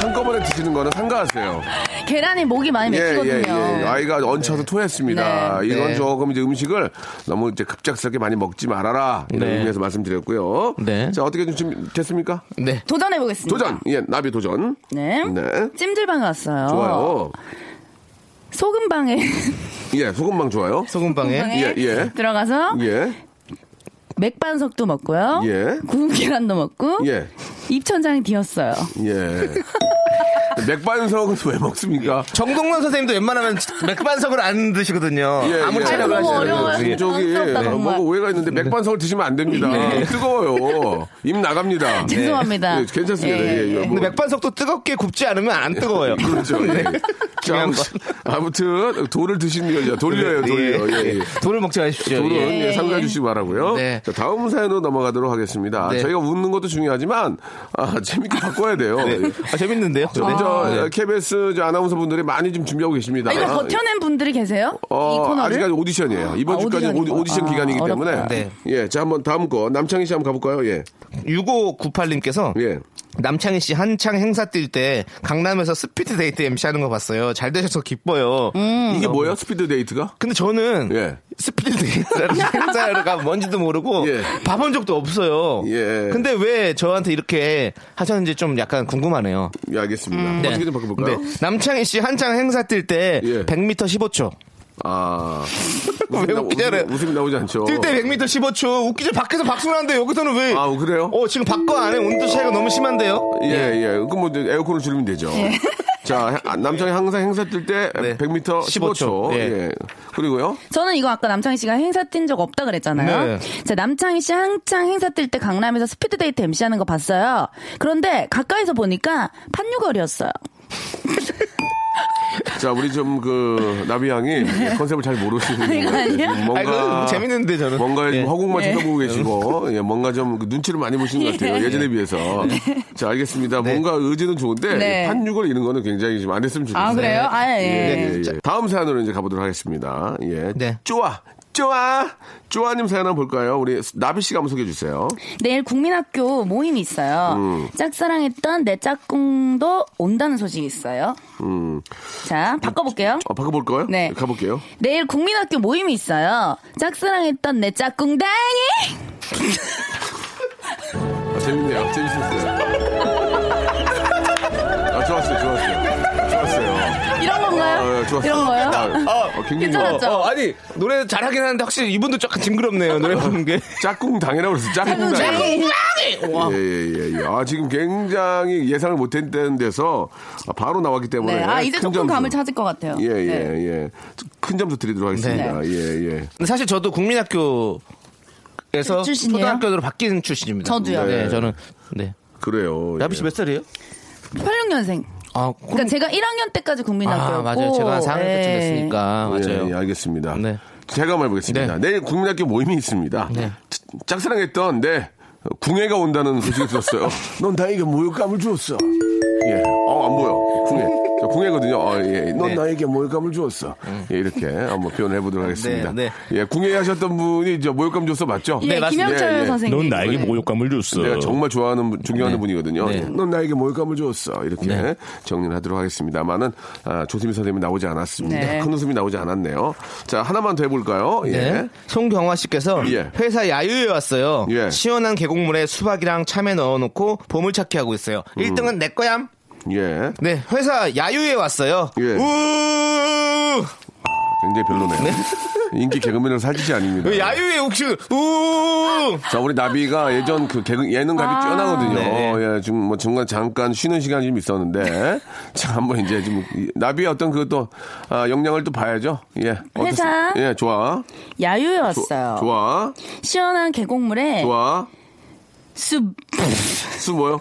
[SPEAKER 2] 한꺼번에 드시는 거는 삼가하세요.
[SPEAKER 5] 계란이 목이 많이
[SPEAKER 2] 예,
[SPEAKER 5] 맺히거든요.
[SPEAKER 2] 아이가 얹혀서 토했습니다.
[SPEAKER 6] 네.
[SPEAKER 2] 이건
[SPEAKER 6] 네.
[SPEAKER 2] 조금 이제 음식을 너무 이제 급작스럽게 많이 먹지 말아라. 이런
[SPEAKER 6] 네.
[SPEAKER 2] 의미에서 말씀드렸고요.
[SPEAKER 6] 네.
[SPEAKER 2] 자, 어떻게 좀 준비 됐습니까?
[SPEAKER 6] 네.
[SPEAKER 5] 도전해 보겠습니다.
[SPEAKER 2] 도전! 예, 나비 도전.
[SPEAKER 5] 네.
[SPEAKER 2] 네.
[SPEAKER 5] 찜질방에 왔어요.
[SPEAKER 2] 좋아요.
[SPEAKER 5] 소금방에
[SPEAKER 2] 예, 소금빵 좋아요.
[SPEAKER 6] 소금빵에
[SPEAKER 5] 방에
[SPEAKER 2] 예, 예.
[SPEAKER 5] 들어가서
[SPEAKER 2] 예,
[SPEAKER 5] 맥반석도 먹고요.
[SPEAKER 2] 예.
[SPEAKER 5] 구운 계란도 먹고
[SPEAKER 2] 예,
[SPEAKER 5] 입천장이 뒤었어요.
[SPEAKER 2] 예. 맥반석은 왜 먹습니까?
[SPEAKER 6] 정동원 선생님도 웬만하면 맥반석을 안 드시거든요.
[SPEAKER 2] 예,
[SPEAKER 6] 아무리
[SPEAKER 2] 예.
[SPEAKER 6] 차려도
[SPEAKER 5] 아이고,
[SPEAKER 6] 안 드세요.
[SPEAKER 5] 어려워요.
[SPEAKER 2] 지금 저기
[SPEAKER 5] 부끄럽다,
[SPEAKER 2] 어,
[SPEAKER 5] 정말.
[SPEAKER 2] 뭐가 오해가 있는데
[SPEAKER 6] 네.
[SPEAKER 2] 맥반석을 드시면 안 됩니다. 뜨거워요. 입 나갑니다.
[SPEAKER 5] 죄송합니다.
[SPEAKER 2] 예, 괜찮습니다.
[SPEAKER 5] 예,
[SPEAKER 2] 예, 예.
[SPEAKER 6] 근데
[SPEAKER 2] 뭐-
[SPEAKER 6] 맥반석도 뜨겁게 굽지 않으면 안 뜨거워요.
[SPEAKER 2] 그렇죠. 예. 자,
[SPEAKER 6] 네. 중요한
[SPEAKER 2] 아무튼, 아무튼 돌을 드시는 거죠. 돌려요, 돌려. 예, 예.
[SPEAKER 6] 돌을 먹지 마십시오.
[SPEAKER 2] 돌은
[SPEAKER 6] 예.
[SPEAKER 2] 예, 삼가해 주시기 바라고요.
[SPEAKER 6] 네.
[SPEAKER 2] 자, 다음 사연으로 넘어가도록 하겠습니다.
[SPEAKER 6] 네.
[SPEAKER 2] 저희가 웃는 것도 중요하지만 아, 재밌게 바꿔야 돼요.
[SPEAKER 6] 아, 네. 재밌는데요?
[SPEAKER 2] 저, 저 KBS 저 아나운서 분들이 많이 좀 준비하고 계십니다.
[SPEAKER 5] 아, 이거 버텨낸 분들이 계세요? 이
[SPEAKER 2] 예. 어,
[SPEAKER 5] 코너를?
[SPEAKER 2] 아직까지 오디션이에요. 이번
[SPEAKER 5] 아,
[SPEAKER 2] 주까지 오디,
[SPEAKER 5] 오디션이구나.
[SPEAKER 2] 오디션 기간이기
[SPEAKER 5] 아,
[SPEAKER 2] 때문에.
[SPEAKER 5] 어렵다.
[SPEAKER 6] 네.
[SPEAKER 2] 예, 자, 한번 다음 거. 남창희 씨 한번 가볼까요? 예.
[SPEAKER 6] 6598님께서
[SPEAKER 2] 예.
[SPEAKER 6] 네. 남창희 씨 한창 행사 뛸 때 강남에서 스피드 데이트 MC 하는 거 봤어요. 잘 되셔서 기뻐요.
[SPEAKER 5] 음.
[SPEAKER 2] 이게 뭐예요? 스피드 데이트가?
[SPEAKER 6] 근데 저는
[SPEAKER 2] 예.
[SPEAKER 6] 스피드 데이트라는 행사가 뭔지도 모르고
[SPEAKER 2] 예.
[SPEAKER 6] 봐본 적도 없어요.
[SPEAKER 2] 예.
[SPEAKER 6] 근데 왜 저한테 이렇게 하셨는지 좀 약간 궁금하네요.
[SPEAKER 2] 예,
[SPEAKER 5] 음.
[SPEAKER 2] 알겠습니다. 어떻게 좀 바꿔볼까요?
[SPEAKER 6] 네. 남창희 씨 한창 행사 뛸 때
[SPEAKER 2] 예.
[SPEAKER 6] 100m 15초.
[SPEAKER 2] 아.
[SPEAKER 6] 왜 웃기잖아요.
[SPEAKER 2] 웃음, 이 나오지 않죠.
[SPEAKER 6] 뛸 때 100m 15초. 웃기죠. 밖에서 박수 나는데 여기서는 왜?
[SPEAKER 2] 아, 그래요?
[SPEAKER 6] 어, 지금 밖과 안에 온도 차이가 너무 심한데요?
[SPEAKER 2] 예, 예. 그럼 뭐 이제 에어컨을 줄이면 되죠. 자, 아, 남창이 항상 행사 뛸 때
[SPEAKER 6] 네.
[SPEAKER 2] 100m 15초.
[SPEAKER 6] 15초.
[SPEAKER 2] 예.
[SPEAKER 6] 예.
[SPEAKER 2] 그리고요.
[SPEAKER 5] 저는 이거 아까 남창희 씨가 행사 뛴 적 없다 그랬잖아요.
[SPEAKER 6] 네.
[SPEAKER 5] 제 남창희 씨 한창 행사 뛸 때 강남에서 스피드 데이트 MC 하는 거 봤어요. 그런데 가까이서 보니까 판유걸이었어요.
[SPEAKER 2] 자, 우리 좀 그 나비 양이 컨셉을 잘 모르시는
[SPEAKER 5] 이거
[SPEAKER 2] 것 같아요.
[SPEAKER 5] 네. 아니야? 네.
[SPEAKER 2] 지금
[SPEAKER 6] 아, 이거
[SPEAKER 2] 뭔가
[SPEAKER 6] 너무 재밌는데 저는.
[SPEAKER 2] 뭔가
[SPEAKER 6] 예.
[SPEAKER 2] 좀 허공만 쳐다보고 계시고 예, 뭔가 좀그 눈치를 많이 보시는 것 같아요 예전에 비해서 자 알겠습니다
[SPEAKER 6] 네.
[SPEAKER 2] 뭔가 의지는 좋은데
[SPEAKER 5] 네.
[SPEAKER 2] 판육을 잃는 거는 굉장히 좀 안 했으면 좋겠어요
[SPEAKER 5] 아 그래요? 아 예.
[SPEAKER 2] 예, 예, 예. 다음 사연으로 이제 가보도록 하겠습니다 예
[SPEAKER 6] 네.
[SPEAKER 2] 쪼아 쪼아 쪼아님 사연 한번 볼까요 우리 나비 씨가 한번 소개해 주세요
[SPEAKER 5] 내일 국민학교 모임이 있어요.
[SPEAKER 2] 음.
[SPEAKER 5] 짝사랑했던 내 짝꿍도 온다는 소식이 있어요.
[SPEAKER 2] 음.
[SPEAKER 5] 자 바꿔볼게요.
[SPEAKER 2] 아, 바꿔볼 거요
[SPEAKER 5] 네.
[SPEAKER 2] 가볼게요
[SPEAKER 5] 내일 국민학교 모임이 있어요. 짝사랑했던 내 짝꿍당이
[SPEAKER 2] 아, 재밌네요 재밌었어요 아, 좋았어요 좋았어요 좋았어요
[SPEAKER 5] 이런 건가요?
[SPEAKER 2] 아, 좋았어요
[SPEAKER 5] 이런 거요?
[SPEAKER 2] 아, 아, 굉장히 좋아.
[SPEAKER 5] 괜찮았죠?
[SPEAKER 6] 어, 아니 노래 잘하긴 하는데 확실히 이분도 약간 징그럽네요 노래 부르는 게.
[SPEAKER 2] 짝꿍 당이라고 그랬어
[SPEAKER 5] 아,
[SPEAKER 2] 짝꿍 당
[SPEAKER 5] 짝꿍당이
[SPEAKER 2] 예, 예, 예, 예. 아, 지금 굉장히 예상을 못했던 데서 아, 바로 나왔기 때문에.
[SPEAKER 5] 네, 아 이제
[SPEAKER 2] 큰
[SPEAKER 5] 조금
[SPEAKER 2] 점수.
[SPEAKER 5] 감을 찾을 것 같아요.
[SPEAKER 2] 예, 예,
[SPEAKER 5] 네.
[SPEAKER 2] 예. 큰 점수 드리도록 하겠습니다. 예, 예.
[SPEAKER 6] 근데 사실 저도 국민학교에서
[SPEAKER 5] 그 출신이에요?
[SPEAKER 6] 초등학교로 바뀐 출신입니다.
[SPEAKER 5] 저도요.
[SPEAKER 6] 네,
[SPEAKER 2] 네.
[SPEAKER 6] 저는 네.
[SPEAKER 2] 그래요.
[SPEAKER 6] 라비
[SPEAKER 2] 예.
[SPEAKER 6] 씨몇 살이에요?
[SPEAKER 5] 네. 86년생.
[SPEAKER 6] 아,
[SPEAKER 5] 그러니까 제가 1학년 때까지 국민학교였고.
[SPEAKER 6] 아 맞아요. 제가 한 4학년 때쯤
[SPEAKER 5] 예.
[SPEAKER 6] 됐으니까 맞아요.
[SPEAKER 2] 예, 예, 알겠습니다.
[SPEAKER 6] 네.
[SPEAKER 2] 제가 말해보겠습니다. 내일 국민학교 모임이 있습니다.
[SPEAKER 6] 네.
[SPEAKER 2] 짝- 짝사랑했던 내 궁예가 온다는 소식을 들었어요. 넌 나에게 모욕감을 주었어. 예. 어, 안 보여. 궁예. 저 궁예거든요. 어, 예. 넌
[SPEAKER 6] 네.
[SPEAKER 2] 나에게 모욕감을 주었어. 예, 이렇게 한번 표현을 해보도록 하겠습니다.
[SPEAKER 6] 네,
[SPEAKER 2] 예, 궁예 하셨던 분이 저 모욕감 줬어 맞죠?
[SPEAKER 5] 예,
[SPEAKER 6] 맞습니다.
[SPEAKER 5] 김영철
[SPEAKER 2] 예, 예.
[SPEAKER 5] 선생님.
[SPEAKER 7] 넌 나에게 뭐-
[SPEAKER 5] 네.
[SPEAKER 7] 모욕감을 줬어.
[SPEAKER 2] 내가 정말 좋아하는 분- 존경하는
[SPEAKER 6] 네.
[SPEAKER 2] 분이거든요.
[SPEAKER 6] 네.
[SPEAKER 2] 넌 나에게 모욕감을 줬어. 이렇게 정리를 하도록 하겠습니다만은 아, 조수미 선생님은 나오지 않았습니다.
[SPEAKER 5] 네.
[SPEAKER 2] 큰 웃음이 나오지 않았네요. 자 하나만 더 해볼까요? 예.
[SPEAKER 6] 네. 송경화 씨께서
[SPEAKER 2] 예.
[SPEAKER 6] 회사 야유회 왔어요.
[SPEAKER 2] 예.
[SPEAKER 6] 시원한 계곡물에 수박이랑 참외 넣어놓고 보물찾기 하고 있어요.
[SPEAKER 2] 음.
[SPEAKER 6] 1등은 내 거야.
[SPEAKER 2] 예.
[SPEAKER 6] 네, 회사 야유회 왔어요.
[SPEAKER 2] 예.
[SPEAKER 6] 우!
[SPEAKER 2] 굉장히 별로네요. 인기 개그맨으로 사지지 아닙니다.
[SPEAKER 6] 왜 야유회 혹시 우!
[SPEAKER 2] 자, 우리 나비가 예전 그 개그, 예능감이 뛰어나거든요.
[SPEAKER 6] 네.
[SPEAKER 2] 예, 지금 뭐 중간 잠깐 쉬는 시간이 좀 있었는데. 자, 한번 이제 좀, 이- 나비의 어떤 그 또, 아, 역량을 또 봐야죠. 예.
[SPEAKER 5] 회사.
[SPEAKER 2] 어떻습- 예, 좋아.
[SPEAKER 5] 야유회
[SPEAKER 2] 조-
[SPEAKER 5] 왔어요.
[SPEAKER 2] 좋아.
[SPEAKER 5] 시원한 계곡물에
[SPEAKER 2] 좋아. 예.
[SPEAKER 5] 숲
[SPEAKER 2] 수 뭐요?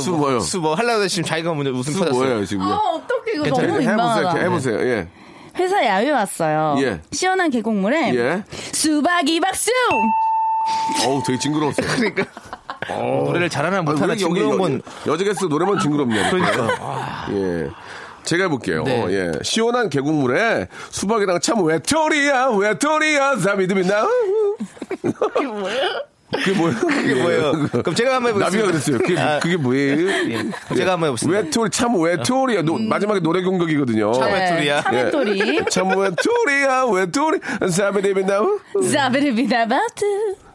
[SPEAKER 2] 수 뭐요? 수
[SPEAKER 6] 수뭐 하려고 했는데 지금 자기가 먼저 웃음 터졌어요.
[SPEAKER 2] 뭐예요, 지금?
[SPEAKER 5] 아, 어떡해 이거
[SPEAKER 2] 자,
[SPEAKER 5] 너무
[SPEAKER 2] 해보세요,
[SPEAKER 5] 민망하다.
[SPEAKER 2] 이렇게 해보세요.
[SPEAKER 6] 네.
[SPEAKER 2] 예.
[SPEAKER 5] 회사 야유회 왔어요.
[SPEAKER 2] 예.
[SPEAKER 5] 시원한 계곡물에
[SPEAKER 2] 예.
[SPEAKER 5] 수박이 박수.
[SPEAKER 2] 어우, 되게 징그러웠어요.
[SPEAKER 6] 노래를 잘하나
[SPEAKER 2] 아,
[SPEAKER 6] 못하나
[SPEAKER 2] 왜 여기
[SPEAKER 6] 징그러운 건
[SPEAKER 2] 여- 여자 게스트 노래만 징그럽냐. 그러니까. 예. 제가 해볼게요.
[SPEAKER 6] 네.
[SPEAKER 2] 예. 시원한 계곡물에 수박이랑 참 외톨이야, 외톨이야, 잠이 듭니다. 그게 뭐예요?
[SPEAKER 6] 그게 뭐예요? 그럼 제가 한번 해보겠습니다.
[SPEAKER 2] 나비가 그랬어요. 그게,
[SPEAKER 6] 아.
[SPEAKER 2] 그게 뭐예요?
[SPEAKER 6] 그럼 제가 한번 해보겠습니다.
[SPEAKER 2] 외톨, 참 외톨이야. 노- 마지막에 노래 공격이거든요.
[SPEAKER 6] 네. 외톨이야.
[SPEAKER 5] 참외돌이.
[SPEAKER 2] 예. 참 외톨이야, 외톨이. 사베데베나우?
[SPEAKER 5] 자베르비다바트.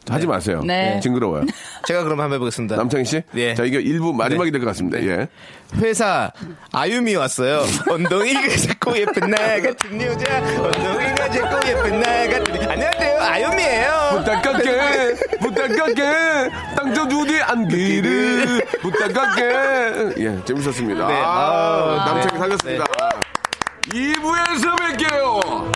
[SPEAKER 2] 하지 마세요. 예,
[SPEAKER 5] 네.
[SPEAKER 2] 징그러워요.
[SPEAKER 6] 제가 그럼 한번 해보겠습니다.
[SPEAKER 2] 남창희 씨?
[SPEAKER 6] 예. 네.
[SPEAKER 2] 자, 이게 1부 마지막이 될 것 같습니다. 예.
[SPEAKER 6] 회사 아유미 왔어요. 엉덩이가 자꾸 예쁜 나 같은 여자. 엉덩이가 자꾸 예쁜 나 같은. 안녕하세요, 아유미예요.
[SPEAKER 2] 부탁할게, 부탁할게, 땅저주디 안기를 부탁할게. 예, 재밌었습니다.
[SPEAKER 6] 네.
[SPEAKER 2] 아,
[SPEAKER 6] 아,
[SPEAKER 2] 남창이
[SPEAKER 6] 네.
[SPEAKER 2] 살렸습니다. 2부에서 뵐게요.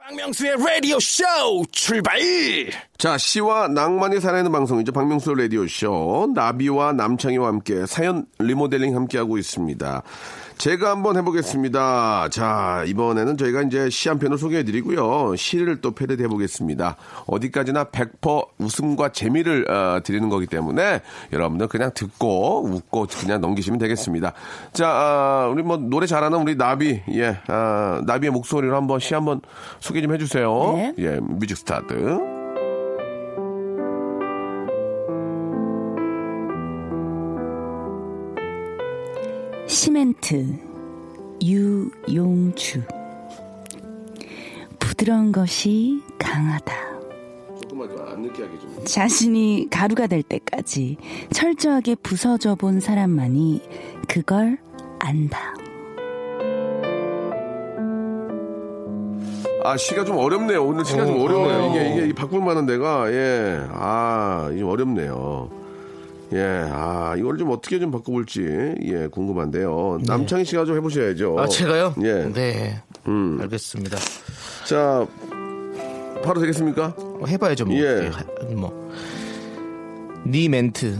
[SPEAKER 4] 박명수의 라디오 쇼 출발
[SPEAKER 3] E.
[SPEAKER 2] 자, 시와 낭만이 살아있는 방송이죠. 박명수 라디오쇼. 나비와 남창희와 함께 사연 리모델링 함께하고 있습니다. 제가 한번 해보겠습니다. 자, 이번에는 저희가 이제 시 한 편을 소개해드리고요. 시를 또 패러디해보겠습니다. 어디까지나 100% 웃음과 재미를 어, 드리는 거기 때문에 여러분들 그냥 듣고 웃고 그냥 넘기시면 되겠습니다. 자, 아, 우리 뭐 노래 잘하는 우리 나비, 예, 아, 나비의 목소리로 한번 시 한번 소개 좀 해주세요.
[SPEAKER 5] 네.
[SPEAKER 2] 예, 뮤직 스타트.
[SPEAKER 5] 시멘트 유용주 부드러운 것이 강하다
[SPEAKER 2] 조금만 좀안 느끼하게 좀.
[SPEAKER 5] 자신이 가루가 될 때까지 철저하게 부서져 본 사람만이 그걸 안다
[SPEAKER 2] 아 시가 좀 어렵네요. 오늘 시가 좀 어려워요. 이게 이게 이 바꿀 만한 데가 예. 아 이게 어렵네요. 예. 아 이걸 좀 어떻게 좀 바꿔볼지 예 궁금한데요. 남창희 씨가 좀 해보셔야죠.
[SPEAKER 6] 네. 아, 제가요?
[SPEAKER 2] 예. 음.
[SPEAKER 6] 네. 알겠습니다.
[SPEAKER 2] 자 바로 되겠습니까?
[SPEAKER 6] 어, 해봐야죠, 뭐.
[SPEAKER 2] 예.
[SPEAKER 6] 하- 뭐. 니 멘트.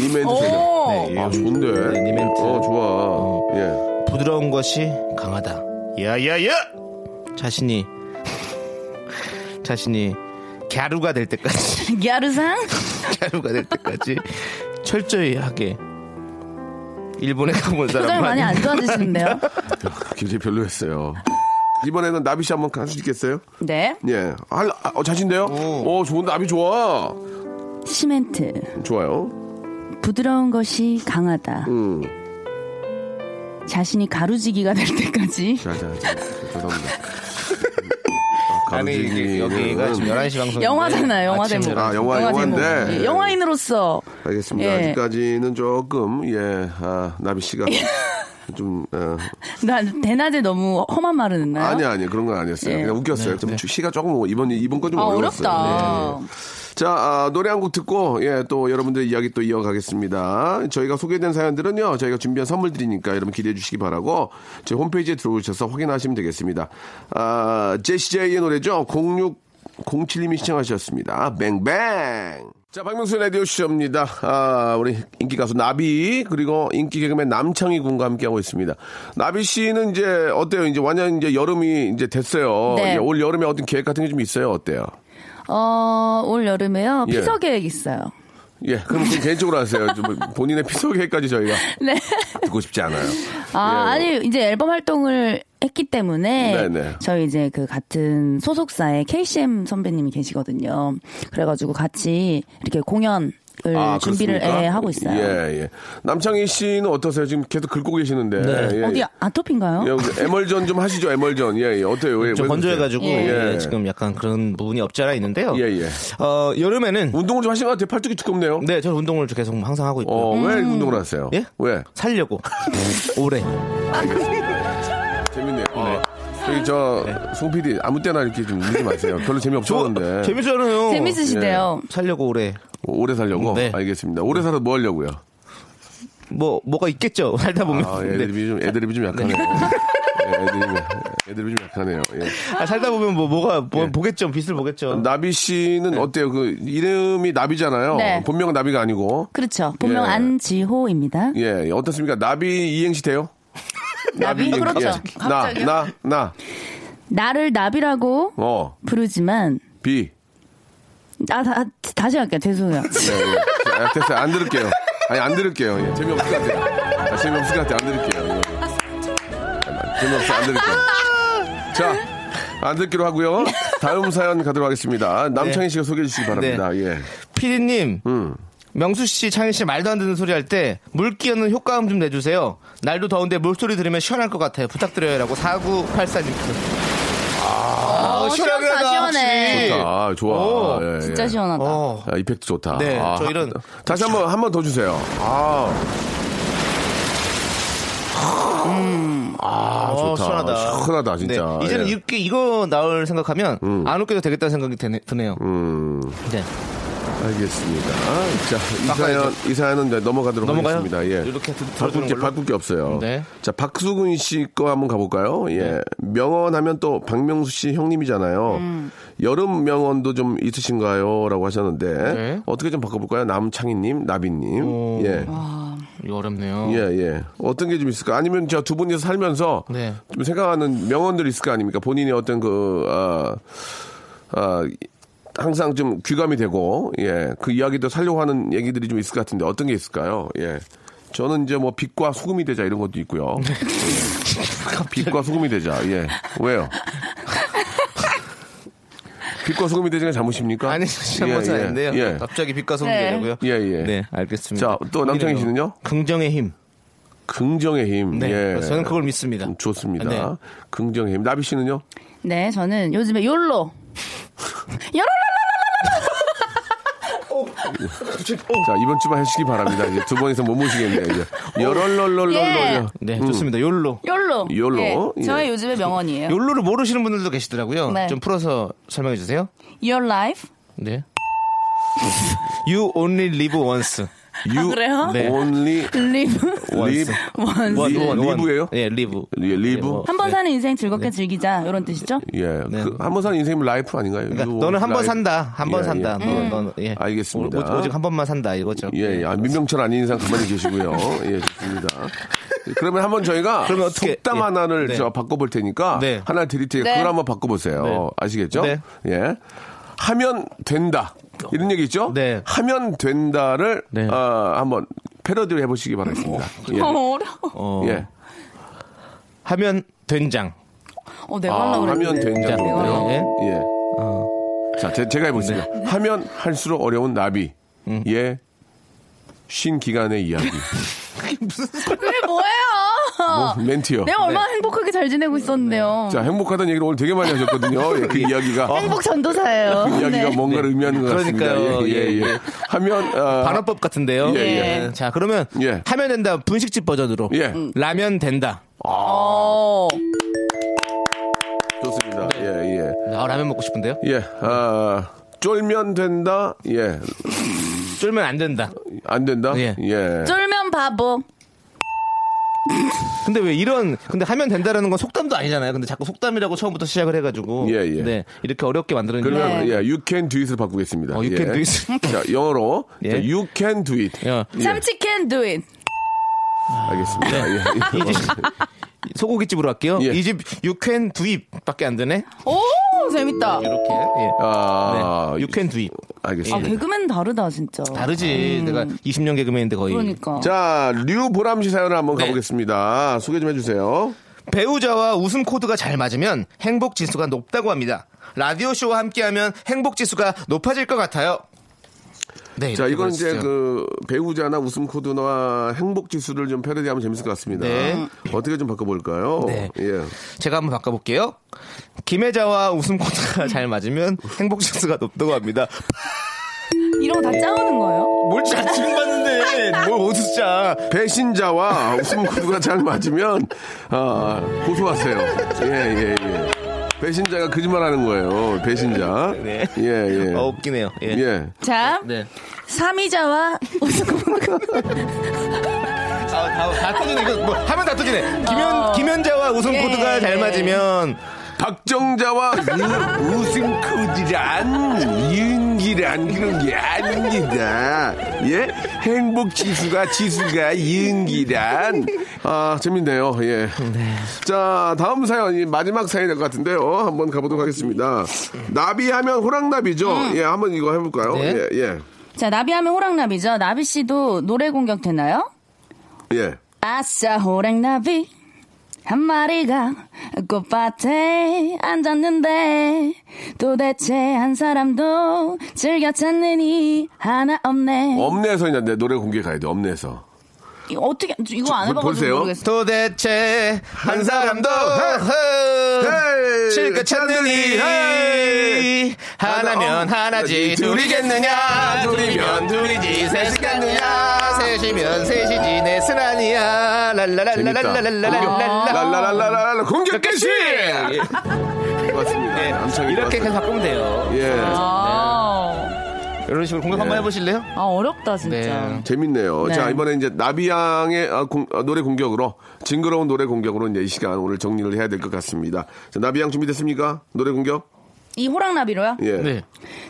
[SPEAKER 2] 니멘트.
[SPEAKER 6] 네,
[SPEAKER 2] 아 좋은데.
[SPEAKER 6] 네, 니멘트. 네.
[SPEAKER 2] 어 좋아. 예.
[SPEAKER 6] 부드러운 것이 강하다. 야야야! 자신이 자신이 갸루가 될 때까지
[SPEAKER 5] 야르상
[SPEAKER 6] 갸루가 될 때까지 철저히 하게 일본에 가본
[SPEAKER 5] 표정이
[SPEAKER 6] 사람
[SPEAKER 5] 많이 안 좋아지시는데요
[SPEAKER 2] 굉장히 별로였어요. 이번에는 나비 씨 한번 갈 수 있겠어요?
[SPEAKER 5] 네
[SPEAKER 2] 예. 할, 아, 어, 자신데요?
[SPEAKER 6] 오.
[SPEAKER 2] 어, 좋은데, 나비 좋아.
[SPEAKER 5] 시멘트
[SPEAKER 2] 좋아요.
[SPEAKER 5] 부드러운 것이 강하다
[SPEAKER 2] 음.
[SPEAKER 5] 자신이 가루지기가 될 때까지
[SPEAKER 2] 자, 자, 자. 죄송합니다.
[SPEAKER 6] 아니 이게 여기가
[SPEAKER 2] 음.
[SPEAKER 6] 지금 11시 방송
[SPEAKER 5] 영화잖아요 영화
[SPEAKER 6] 아침
[SPEAKER 5] 제목
[SPEAKER 2] 아, 영화,
[SPEAKER 5] 제목.
[SPEAKER 2] 영화인데.
[SPEAKER 5] 예, 영화인으로서
[SPEAKER 2] 알겠습니다.
[SPEAKER 5] 예.
[SPEAKER 2] 아직까지는 조금, 예, 아, 나비 씨가
[SPEAKER 5] 예.
[SPEAKER 2] 좀, 어,
[SPEAKER 5] 나 대낮에 너무 험한 말을 했나요?
[SPEAKER 2] 아니, 아니, 그런 건 아니었어요.
[SPEAKER 5] 예.
[SPEAKER 2] 그냥
[SPEAKER 6] 네,
[SPEAKER 2] 웃겼어요. 좀 시가 조금, 이번, 이번 건 좀
[SPEAKER 5] 아,
[SPEAKER 2] 어려웠어요.
[SPEAKER 5] 어렵다.
[SPEAKER 2] 예. 자, 아, 노래 한 곡 듣고, 예, 또 여러분들 이야기 또 이어가겠습니다. 저희가 소개된 사연들은요, 저희가 준비한 선물들이니까 여러분 기대해 주시기 바라고, 저희 홈페이지에 들어오셔서 확인하시면 되겠습니다. 아, 제시제이의 노래죠. 06 07님이 시청하셨습니다. 아, 뱅뱅! 자, 박명수 라디오 쇼입니다. 아, 우리 인기 가수 나비, 그리고 인기 개그맨 남창희 군과 함께하고 있습니다. 나비 씨는 이제 어때요? 이제 완전 이제 여름이 이제 됐어요.
[SPEAKER 5] 네.
[SPEAKER 2] 예, 올 여름에 어떤 계획 같은 게 좀 있어요? 어때요?
[SPEAKER 5] 어, 올 여름에요.
[SPEAKER 2] 예.
[SPEAKER 5] 피서 계획 있어요.
[SPEAKER 2] 예, 그럼 그 개인적으로 하세요. 좀 본인의 피소개까지 저희가
[SPEAKER 5] 네.
[SPEAKER 2] 듣고 싶지 않아요.
[SPEAKER 5] 아,
[SPEAKER 2] 예.
[SPEAKER 5] 아니, 이제 앨범 활동을 했기 때문에
[SPEAKER 2] 네네.
[SPEAKER 5] 저희 이제 그 같은 소속사에 KCM 선배님이 계시거든요. 그래가지고 같이 이렇게 공연을
[SPEAKER 2] 아,
[SPEAKER 5] 준비를
[SPEAKER 2] 그렇습니까?
[SPEAKER 5] 예, 하고 있어요.
[SPEAKER 2] 예, 예. 남창희 씨는 어떠세요? 지금 계속 긁고 계시는데.
[SPEAKER 6] 네.
[SPEAKER 2] 예.
[SPEAKER 5] 어디 아토피인가요?
[SPEAKER 2] 예, 우리 에멀전 좀 하시죠, 에멀전. 예, 예. 어때요? 왜,
[SPEAKER 6] 좀
[SPEAKER 2] 왜
[SPEAKER 6] 건조해가지고
[SPEAKER 2] 그러세요?
[SPEAKER 6] 예, 지금 약간 그런 부분이 없지 않아 있는데요
[SPEAKER 2] 예, 예.
[SPEAKER 6] 어, 여름에는
[SPEAKER 2] 운동을 좀 하신 것 같아요. 팔뚝이 두껍네요.
[SPEAKER 6] 네 저는 운동을 계속 항상 하고 있고요
[SPEAKER 5] 음.
[SPEAKER 2] 어, 왜 운동을 하세요?
[SPEAKER 6] 예?
[SPEAKER 2] 왜?
[SPEAKER 6] 살려고 오래
[SPEAKER 2] 재밌네요. 어. 저기 저, 송 PD, 아무 때나 이렇게 좀 울지 마세요. 별로 재미없었는데.
[SPEAKER 6] 네. 뭐, 재밌어요
[SPEAKER 5] 재밌으시대요.
[SPEAKER 2] 예.
[SPEAKER 6] 살려고 오래
[SPEAKER 2] 오래 살려고?
[SPEAKER 6] 네.
[SPEAKER 2] 알겠습니다. 오래 살아서 뭐 하려고요?
[SPEAKER 6] 뭐 뭐가 있겠죠 살다 보면
[SPEAKER 2] 아,
[SPEAKER 6] 근데
[SPEAKER 2] 애드립이 좀, 애드립이 좀 약하네요. 예, 애드립이, 애드립이 좀 약하네요. 예.
[SPEAKER 6] 아, 살다 보면 뭐 뭐가 뭐, 보겠죠 빛을 보겠죠
[SPEAKER 2] 나비 씨는 어때요? 그 이름이 나비잖아요.
[SPEAKER 5] 네.
[SPEAKER 2] 본명은 나비가 아니고.
[SPEAKER 5] 그렇죠. 본명
[SPEAKER 2] 예.
[SPEAKER 5] 안지호입니다.
[SPEAKER 2] 예, 어떻습니까? 예. 나비 이행시 돼요?
[SPEAKER 5] 나비?
[SPEAKER 2] 이행시.
[SPEAKER 5] 그렇죠.
[SPEAKER 2] 나,
[SPEAKER 5] 갑자기요?
[SPEAKER 2] 나, 나.
[SPEAKER 5] 나를 나비라고
[SPEAKER 2] 어,
[SPEAKER 5] 부르지만
[SPEAKER 2] 비.
[SPEAKER 5] 아, 다, 다시 할게요.
[SPEAKER 2] 예,
[SPEAKER 5] 죄송해요.
[SPEAKER 2] 예. 아, 됐어요. 안 들을게요. 아니, 안 들을게요. 예, 재미없을 것 같아요. 아, 재미없을 것 같아요. 안 들을게요. 예. 재미없어. 안 들을게요. 자. 안 듣기로 하고요. 다음 사연 가도록 하겠습니다. 남창희 씨가 소개해 주시기 바랍니다. 예.
[SPEAKER 6] 피디님,
[SPEAKER 2] 음.
[SPEAKER 6] 명수 씨, 창희 씨 말도 안 되는 소리 할 때 물 끼얹는 효과음 좀 내주세요. 날도 더운데 물소리 들으면 시원할 것 같아요. 부탁드려요라고 4984님. 아,
[SPEAKER 5] 어, 시원하다, 시원해.
[SPEAKER 6] 확실히.
[SPEAKER 2] 아, 좋아.
[SPEAKER 6] 오,
[SPEAKER 2] 예, 예.
[SPEAKER 5] 진짜 시원하다.
[SPEAKER 6] 어.
[SPEAKER 2] 아, 이펙트 좋다.
[SPEAKER 6] 네,
[SPEAKER 2] 아,
[SPEAKER 6] 저 이런-
[SPEAKER 2] 다시 한 번, 한 번 더 주세요. 아. 아,
[SPEAKER 6] 어,
[SPEAKER 2] 좋다.
[SPEAKER 6] 시원하다.
[SPEAKER 2] 시원하다, 진짜.
[SPEAKER 6] 네, 이제는
[SPEAKER 2] 예. 음.
[SPEAKER 6] 이게 이거 나올 생각하면 안 웃겨도 되겠다는 생각이 드네, 드네요. 네.
[SPEAKER 2] 알겠습니다. 자, 이
[SPEAKER 6] 바꿔야죠.
[SPEAKER 2] 사연, 이 사연은 이제 넘어가도록
[SPEAKER 6] 넘어가요?
[SPEAKER 2] 하겠습니다. 예.
[SPEAKER 6] 이렇게 들-
[SPEAKER 2] 바꿀
[SPEAKER 6] 들어주는
[SPEAKER 2] 게,
[SPEAKER 6] 걸로?
[SPEAKER 2] 바꿀 게 없어요.
[SPEAKER 6] 네.
[SPEAKER 2] 자, 박수근 씨 거 한번 가볼까요? 예. 명언하면 또 박명수 씨 형님이잖아요.
[SPEAKER 6] 음.
[SPEAKER 2] 여름 명언도 좀 있으신가요? 라고 하셨는데.
[SPEAKER 6] 네.
[SPEAKER 2] 어떻게 좀 바꿔볼까요? 남창희님, 나비님. 예.
[SPEAKER 6] 아. 이거 어렵네요.
[SPEAKER 2] 예, 예. 어떤 게 좀 있을까? 아니면 저 두 분이서 살면서
[SPEAKER 6] 네.
[SPEAKER 2] 좀 생각하는 명언들이 있을 거 아닙니까? 본인의 어떤 그, 아, 아, 항상 좀 귀감이 되고, 예. 그 이야기도 살려고 하는 얘기들이 좀 있을 것 같은데 어떤 게 있을까요? 예. 저는 이제 뭐 빛과 소금이 되자 이런 것도 있고요.
[SPEAKER 6] 네.
[SPEAKER 2] 빛과 소금이 되자, 예. 왜요? 빛과 소금이 되자가 잘못입니까?
[SPEAKER 6] 아니, 잘못
[SPEAKER 2] 예, 예,
[SPEAKER 6] 아닌데요.
[SPEAKER 2] 예.
[SPEAKER 6] 갑자기 빛과 소금
[SPEAKER 5] 네.
[SPEAKER 6] 되냐고요?
[SPEAKER 2] 예, 예.
[SPEAKER 6] 네, 알겠습니다.
[SPEAKER 2] 자, 또 남창희 씨는요?
[SPEAKER 6] 긍정의 힘.
[SPEAKER 2] 긍정의 힘.
[SPEAKER 6] 네,
[SPEAKER 2] 예.
[SPEAKER 6] 저는 그걸 믿습니다.
[SPEAKER 2] 좋습니다.
[SPEAKER 6] 네.
[SPEAKER 2] 긍정의 힘. 나비 씨는요?
[SPEAKER 5] 네, 저는 요즘에 욜로. 요로로로로
[SPEAKER 2] 자, 이번 주만 하시기 바랍니다. 이제 두 번이서 못 모시겠네요. 이제. 여럴럴럴럴.
[SPEAKER 5] 예.
[SPEAKER 6] 네, 좋습니다. 욜로.
[SPEAKER 5] 욜로.
[SPEAKER 2] 욜로. 예.
[SPEAKER 5] 예. 저의 요즘의 명언이에요.
[SPEAKER 6] 욜로를 모르시는 분들도 계시더라고요.
[SPEAKER 5] 네.
[SPEAKER 6] 좀 풀어서 설명해 주세요.
[SPEAKER 5] Your life.
[SPEAKER 6] 네. you only live once.
[SPEAKER 2] You
[SPEAKER 5] 아, 그래요?
[SPEAKER 6] 네.
[SPEAKER 2] only
[SPEAKER 5] Live.
[SPEAKER 2] live.
[SPEAKER 5] once.
[SPEAKER 2] 원- 원- 리브예요?
[SPEAKER 6] 예, 리브.
[SPEAKER 2] 예, 리브.
[SPEAKER 5] 한 번
[SPEAKER 2] 네.
[SPEAKER 5] 사는 인생 즐겁게 즐기자. 이런 뜻이죠?
[SPEAKER 2] 예. 그 한번 사는 인생은 라이프 아닌가요? You
[SPEAKER 6] 네. 그러니까 너는 한 번
[SPEAKER 2] life.
[SPEAKER 6] 산다. 한 번
[SPEAKER 2] 예,
[SPEAKER 6] 산다.
[SPEAKER 2] 예.
[SPEAKER 6] 너,
[SPEAKER 5] 음.
[SPEAKER 6] 네. 너, 예.
[SPEAKER 2] 알겠습니다.
[SPEAKER 6] 오, 오직 한 번만 산다 이거죠.
[SPEAKER 2] 예, 예. 아, 민병철 아닌 이상 가만히 계시고요. 예, 좋습니다. 그러면 한번 저희가
[SPEAKER 6] 그러면 어떻게-
[SPEAKER 2] 속담
[SPEAKER 6] 예.
[SPEAKER 2] 하나를
[SPEAKER 6] 네.
[SPEAKER 2] 저 바꿔볼 테니까
[SPEAKER 6] 네.
[SPEAKER 2] 하나 드릴 테니까
[SPEAKER 5] 네.
[SPEAKER 2] 그걸 한번 바꿔보세요.
[SPEAKER 6] 네.
[SPEAKER 2] 아시겠죠?
[SPEAKER 6] 네.
[SPEAKER 2] 예. 하면 된다. 이런 얘기 있죠?
[SPEAKER 6] 네.
[SPEAKER 2] 하면 된다를
[SPEAKER 6] 네.
[SPEAKER 2] 어, 한번 패러디를 해보시기 바라겠습니다. 예.
[SPEAKER 5] 어, 어려워.
[SPEAKER 6] 어,
[SPEAKER 2] 예.
[SPEAKER 6] 하면 된장.
[SPEAKER 5] 어, 내가
[SPEAKER 2] 아,
[SPEAKER 5] 하려고
[SPEAKER 2] 하면
[SPEAKER 5] 그랬는데.
[SPEAKER 2] 된장
[SPEAKER 5] 내가
[SPEAKER 6] 네.
[SPEAKER 2] 좋네요.
[SPEAKER 5] 하려고.
[SPEAKER 2] 예.
[SPEAKER 6] 예.
[SPEAKER 2] 자, 제, 가 해보겠습니다. 하면 할수록 어려운 나비. 예. 쉰 기간의 이야기.
[SPEAKER 5] 그게 뭐예요?
[SPEAKER 2] 뭐, 멘트요.
[SPEAKER 5] 내가 얼마나 행복하게 잘 지내고 있었는데요.
[SPEAKER 2] 자, 행복하다는 얘기를 오늘 되게 많이 하셨거든요. 예, 그 이야기가.
[SPEAKER 5] 행복 전도사예요.
[SPEAKER 2] 그 이야기가
[SPEAKER 5] 네.
[SPEAKER 2] 뭔가를 의미하는 것 같습니다.
[SPEAKER 6] 그러니까요.
[SPEAKER 2] 예, 예,
[SPEAKER 6] 예,
[SPEAKER 2] 예. 하면, 어,
[SPEAKER 6] 반어법 같은데요.
[SPEAKER 2] 예, 예.
[SPEAKER 6] 자, 그러면
[SPEAKER 2] 예.
[SPEAKER 6] 하면 된다 분식집 버전으로.
[SPEAKER 2] 예.
[SPEAKER 5] 음.
[SPEAKER 6] 라면 된다.
[SPEAKER 5] 어.
[SPEAKER 2] 네. 좋습니다. 예, 예.
[SPEAKER 6] 아, 라면 먹고 싶은데요.
[SPEAKER 2] 예, 아, 쫄면 된다? 예.
[SPEAKER 6] 쫄면 안 된다.
[SPEAKER 2] 안 된다?
[SPEAKER 6] 예.
[SPEAKER 2] 예.
[SPEAKER 5] 쫄면 바보.
[SPEAKER 6] 근데 왜 이런 근데 하면 된다라는 건 속담도 아니잖아요. 근데 자꾸 속담이라고 처음부터 시작을 해가지고
[SPEAKER 2] 예, 예.
[SPEAKER 6] 네 이렇게 어렵게 만드는 게
[SPEAKER 2] 그러면,
[SPEAKER 5] 네.
[SPEAKER 2] 예, you can do it을 바꾸겠습니다.
[SPEAKER 6] 어, you can
[SPEAKER 2] 예.
[SPEAKER 6] do it.
[SPEAKER 2] 자, 영어로,
[SPEAKER 6] 예.
[SPEAKER 2] 자, you can do it.
[SPEAKER 6] 야,
[SPEAKER 5] 참치 can do it.
[SPEAKER 2] 알겠습니다. 예.
[SPEAKER 6] 소고기집으로 할게요.
[SPEAKER 2] 예.
[SPEAKER 6] 이 집 육캔 두입밖에 안 되네.
[SPEAKER 5] 오, 재밌다.
[SPEAKER 6] 이렇게 예.
[SPEAKER 2] 아,
[SPEAKER 6] 네. 육캔 두입
[SPEAKER 5] 아,
[SPEAKER 2] 알겠습니다.
[SPEAKER 5] 개그맨 다르다, 진짜.
[SPEAKER 6] 다르지.
[SPEAKER 2] 음.
[SPEAKER 6] 내가 20년 개그맨인데 거의
[SPEAKER 5] 그러니까.
[SPEAKER 2] 자, 류보람 씨 사연을 한번
[SPEAKER 6] 어, 네.
[SPEAKER 2] 가보겠습니다. 소개 좀 해주세요.
[SPEAKER 6] 배우자와 웃음 코드가 잘 맞으면 행복 지수가 높다고 합니다. 라디오 쇼와 함께하면 행복 지수가 높아질 것 같아요. 네.
[SPEAKER 2] 자,
[SPEAKER 6] 이렇게
[SPEAKER 2] 이건 이제
[SPEAKER 6] 보여주세요.
[SPEAKER 2] 그 배우자나 웃음 코드나 행복 지수를 좀 패러디하면 재밌을 것 같습니다.
[SPEAKER 6] 네.
[SPEAKER 2] 어떻게 좀 바꿔볼까요?
[SPEAKER 6] 네.
[SPEAKER 2] 예.
[SPEAKER 6] 제가 한번 바꿔볼게요. 김혜자와 웃음 코드가 잘 맞으면 행복 지수가 높다고 합니다.
[SPEAKER 5] 이런 거 다 짜오는 거예요?
[SPEAKER 6] 뭘 자, 지금 봤는데 뭘 어디서 짜?
[SPEAKER 2] 배신자와 웃음 코드가 잘 맞으면 아, 고소하세요. 예, 예, 예. 배신자가 거짓말하는 거예요. 배신자.
[SPEAKER 6] 네.
[SPEAKER 2] 예, 예.
[SPEAKER 6] 어, 웃기네요. 예.
[SPEAKER 2] 예.
[SPEAKER 5] 자,
[SPEAKER 6] 네.
[SPEAKER 5] 삼이자와 웃음
[SPEAKER 6] 아, 다, 다 터지네. 이거 뭐 하면 다 터지네. 김현
[SPEAKER 5] 어.
[SPEAKER 6] 김현자와 웃음
[SPEAKER 5] 예.
[SPEAKER 6] 코드가 잘 맞으면
[SPEAKER 2] 박정자와 유- 웃음코드란 윤기란 그런 게 아닙니다. 예? 행복 지수가 지수가 윤기란. 아, 재밌네요. 예. 자, 다음 사연, 이 마지막 사연이 될 것 같은데요. 한번 가보도록 하겠습니다. 나비 하면 호랑나비죠? 예, 한번 이거 해볼까요?
[SPEAKER 8] 네.
[SPEAKER 2] 예, 예.
[SPEAKER 5] 자, 나비하면 호랑나비죠. 나비 씨도 노래 공격 되나요?
[SPEAKER 2] 예.
[SPEAKER 5] 아싸 호랑나비 한 마리가 꽃밭에 앉았는데 도대체 한 사람도 즐겨 찾느니 하나 없네.
[SPEAKER 2] 엄내에서 있는데 노래 공개 가야 돼, 엄내에서.
[SPEAKER 5] 이거 어떻게 이거 안
[SPEAKER 2] 보- 보세요. 네.
[SPEAKER 5] 해봐가지고 모르겠어.
[SPEAKER 6] 도대체 한 사람도
[SPEAKER 2] 헤이!
[SPEAKER 6] 실컷 찾느니
[SPEAKER 2] 헤이!
[SPEAKER 6] 하나면
[SPEAKER 2] 하나, 어.
[SPEAKER 6] 하나지
[SPEAKER 2] 네,
[SPEAKER 6] 아, 둘이겠느냐 둘이면 둘이지 셋이겠느냐 셋이면 셋이지 넷은 아니야 랄랄랄랄랄랄랄랄랄
[SPEAKER 2] 랄랄랄랄랄라 공격 개시!
[SPEAKER 6] 어. 끝이
[SPEAKER 2] 맞습니다. 남창이
[SPEAKER 6] 예. 이렇게
[SPEAKER 2] 맞습니다.
[SPEAKER 6] 그냥 바꾸면 돼요
[SPEAKER 2] 예.
[SPEAKER 5] 아,
[SPEAKER 6] 이런 식으로 공격 한번 해보실래요?
[SPEAKER 5] 아 어렵다 진짜.
[SPEAKER 6] 네.
[SPEAKER 2] 재밌네요.
[SPEAKER 5] 네.
[SPEAKER 2] 자 이번에 이제 나비양의 아, 공- 아, 노래 공격으로 징그러운 노래 공격으로 이제 이 시간 오늘 정리를 해야 될 것 같습니다. 자, 나비양 준비됐습니까? 노래 공격?
[SPEAKER 5] 이 호랑나비로요?
[SPEAKER 2] 예.
[SPEAKER 6] 네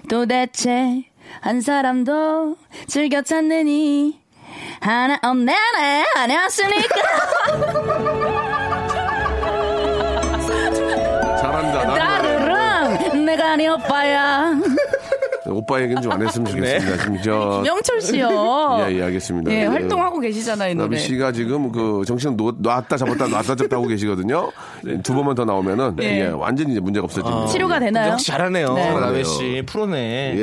[SPEAKER 5] 도대체 한 사람도 즐겨 찾느니 하나 없네 네 안녕하십니까
[SPEAKER 2] 잘한다. 나비양.
[SPEAKER 5] 따르릉 내가 네 오빠야
[SPEAKER 2] 오빠 얘기는 좀 안 했으면
[SPEAKER 6] 네.
[SPEAKER 2] 좋겠습니다. 지금 저
[SPEAKER 5] 명철 씨요.
[SPEAKER 2] 어. 예, 예, 알겠습니다.
[SPEAKER 5] 예,
[SPEAKER 2] 예.
[SPEAKER 5] 활동하고 계시잖아요, 이
[SPEAKER 2] 나비
[SPEAKER 5] 노래.
[SPEAKER 2] 씨가 지금 그 정신 놓, 놨다 잡았다 놨다 잡다 하고 계시거든요.
[SPEAKER 6] 네.
[SPEAKER 2] 두 번만 더 나오면은
[SPEAKER 5] 네.
[SPEAKER 2] 예, 완전히 이제 문제가 없어집니다.
[SPEAKER 5] 치료가 되나요?
[SPEAKER 6] 역시 잘하네요
[SPEAKER 5] 네.
[SPEAKER 6] 나씨 프로네
[SPEAKER 2] 예,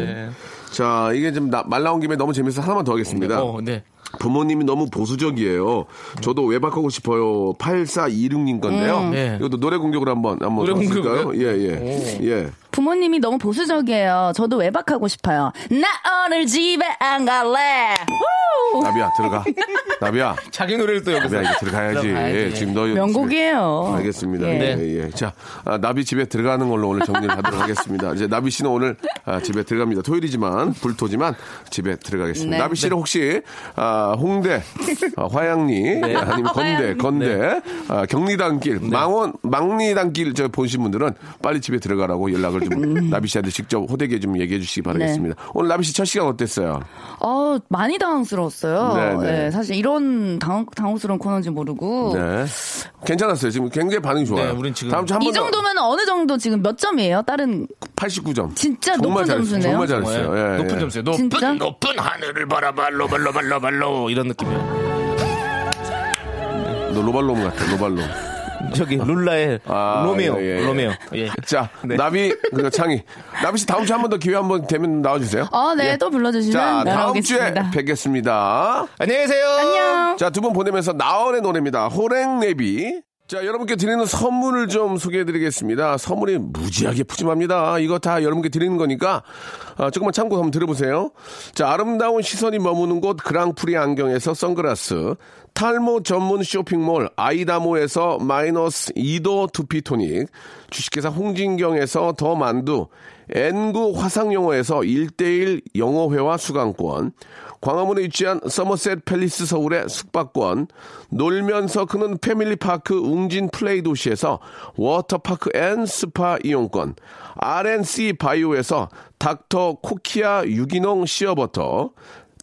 [SPEAKER 2] 예. 자, 이게 지금 나- 말 나온 김에 너무 재밌어서 하나만 더 하겠습니다.
[SPEAKER 6] 어, 네.
[SPEAKER 2] 부모님이 너무 보수적이에요. 저도 외박하고 싶어요. 8426님 건데요.
[SPEAKER 6] 네.
[SPEAKER 2] 이것도 노래 공격으로 한번 한번
[SPEAKER 6] 노래
[SPEAKER 2] 해볼까요?
[SPEAKER 6] 공격으로요?
[SPEAKER 2] 예, 예. 예.
[SPEAKER 5] 부모님이 너무 보수적이에요. 저도 외박하고 싶어요. 나 오늘 집에 안 갈래. 후!
[SPEAKER 2] 나비야 들어가. 나비야.
[SPEAKER 6] 자기 노래를 또 여기서
[SPEAKER 2] 나비야 이거 들어가야지.
[SPEAKER 6] 들어가야지.
[SPEAKER 2] 예, 지금 너
[SPEAKER 5] 명곡이에요.
[SPEAKER 2] 집에- 알겠습니다.
[SPEAKER 5] 예.
[SPEAKER 2] 예, 예. 자, 아, 나비 집에 들어가는 걸로 오늘 정리를 하도록 하겠습니다. 이제 나비 씨는 오늘 아, 집에 들어갑니다. 토요일이지만 불토지만 집에 들어가겠습니다.
[SPEAKER 5] 네.
[SPEAKER 2] 나비 씨는 혹시 아, 홍대, 아, 화양리 아니면 건대,
[SPEAKER 5] 네. 화양리. 네.
[SPEAKER 2] 건대, 아, 경리단길, 망원, 망리단길 저 보신 분들은 빨리 집에 들어가라고 연락을
[SPEAKER 5] 음.
[SPEAKER 2] 좀 나비 씨한테 직접 호되게 좀 얘기해 주시기
[SPEAKER 5] 네.
[SPEAKER 2] 바라겠습니다. 오늘 나비 씨 첫 시간 어땠어요?
[SPEAKER 5] 어, 많이 당황스러웠어요.
[SPEAKER 2] 네, 네.
[SPEAKER 5] 예, 사실 이런 당황, 당황스러운 코너인지 모르고.
[SPEAKER 2] 네. 괜찮았어요. 지금 굉장히 반응이 좋아요.
[SPEAKER 6] 네, 우린 지금
[SPEAKER 2] 다음 주한번
[SPEAKER 5] 이 정도면 어느 정도 지금 몇 점이에요? 다른
[SPEAKER 2] 89점.
[SPEAKER 5] 진짜
[SPEAKER 2] 정말
[SPEAKER 5] 높은
[SPEAKER 2] 잘했-
[SPEAKER 5] 점수네요.
[SPEAKER 2] 정말 잘했어요. 예,
[SPEAKER 6] 높은
[SPEAKER 2] 예.
[SPEAKER 6] 점수예요. 높은
[SPEAKER 5] 진짜?
[SPEAKER 6] 높은 하늘을 바라봐 로발로발 로발로 이런 느낌이에요.
[SPEAKER 2] 너 로발롬 같아. 로발롬.
[SPEAKER 6] 저기 룰라의
[SPEAKER 2] 아,
[SPEAKER 6] 로메오
[SPEAKER 2] 예, 예, 예.
[SPEAKER 6] 로메오. 예.
[SPEAKER 2] 자, 나비 그리고 창희. 나비 씨 다음 주에 한 번 더 기회 한 번 되면 나와 주세요.
[SPEAKER 5] 어, 네, 또 불러주시면
[SPEAKER 2] 예. 자, 다음 주에
[SPEAKER 5] 날아오겠습니다.
[SPEAKER 2] 뵙겠습니다.
[SPEAKER 6] 안녕히 계세요.
[SPEAKER 5] 안녕.
[SPEAKER 2] 자, 두 분 보내면서 나원의 노래입니다. 호랭내비. 자, 여러분께 드리는 선물을 좀 소개해 드리겠습니다. 선물이 무지하게 푸짐합니다. 이거 다 여러분께 드리는 거니까, 아, 조금만 참고 한번 들어보세요. 자, 아름다운 시선이 머무는 곳 그랑프리 안경에서 선글라스, 탈모 전문 쇼핑몰 아이다모에서 마이너스 2도 두피토닉, 주식회사 홍진경에서 더 만두, N구 화상영어에서 1대1 영어회화 수강권, 광화문에 위치한 서머셋 팰리스 서울의 숙박권, 놀면서 크는 패밀리파크 웅진 플레이 도시에서 워터파크 앤 스파 이용권, RNC 바이오에서 닥터 코키아 유기농 시어버터,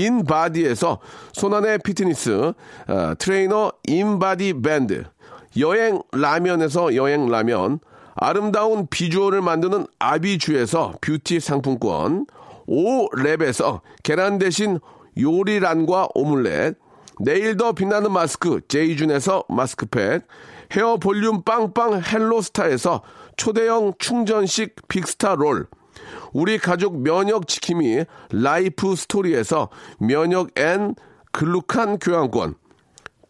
[SPEAKER 2] 인바디에서 손안의 피트니스 어, 트레이너 인바디 밴드, 여행 라면에서 여행 라면, 아름다운 비주얼을 만드는 아비주에서 뷰티 상품권, 오랩에서 계란 대신 요리란과 오믈렛, 내일 더 빛나는 마스크 제이준에서 마스크팩 헤어 볼륨 빵빵 헬로스타에서 초대형 충전식 빅스타 롤 우리 가족 면역 지킴이 라이프 스토리에서 면역 앤 글루칸 교환권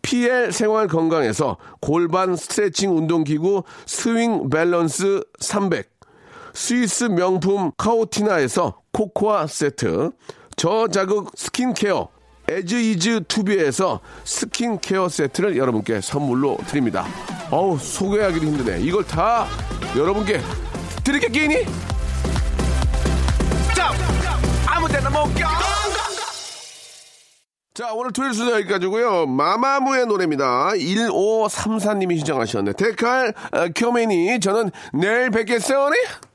[SPEAKER 2] PL 생활 건강에서 골반 스트레칭 운동기구 스윙 밸런스 300 스위스 명품 카오티나에서 코코아 세트, 저자극 스킨케어 에즈이즈 투비에서 스킨케어 세트를 여러분께 선물로 드립니다. 어우, 소개하기도 힘드네. 이걸 다 여러분께 드릴 게 끼니? 자, 오늘 토요일 순서 여기까지고요 마마무의 노래입니다. 1534님이 신청하셨네. 데칼, 어, 켜메니. 저는 내일 뵙겠어요. 네?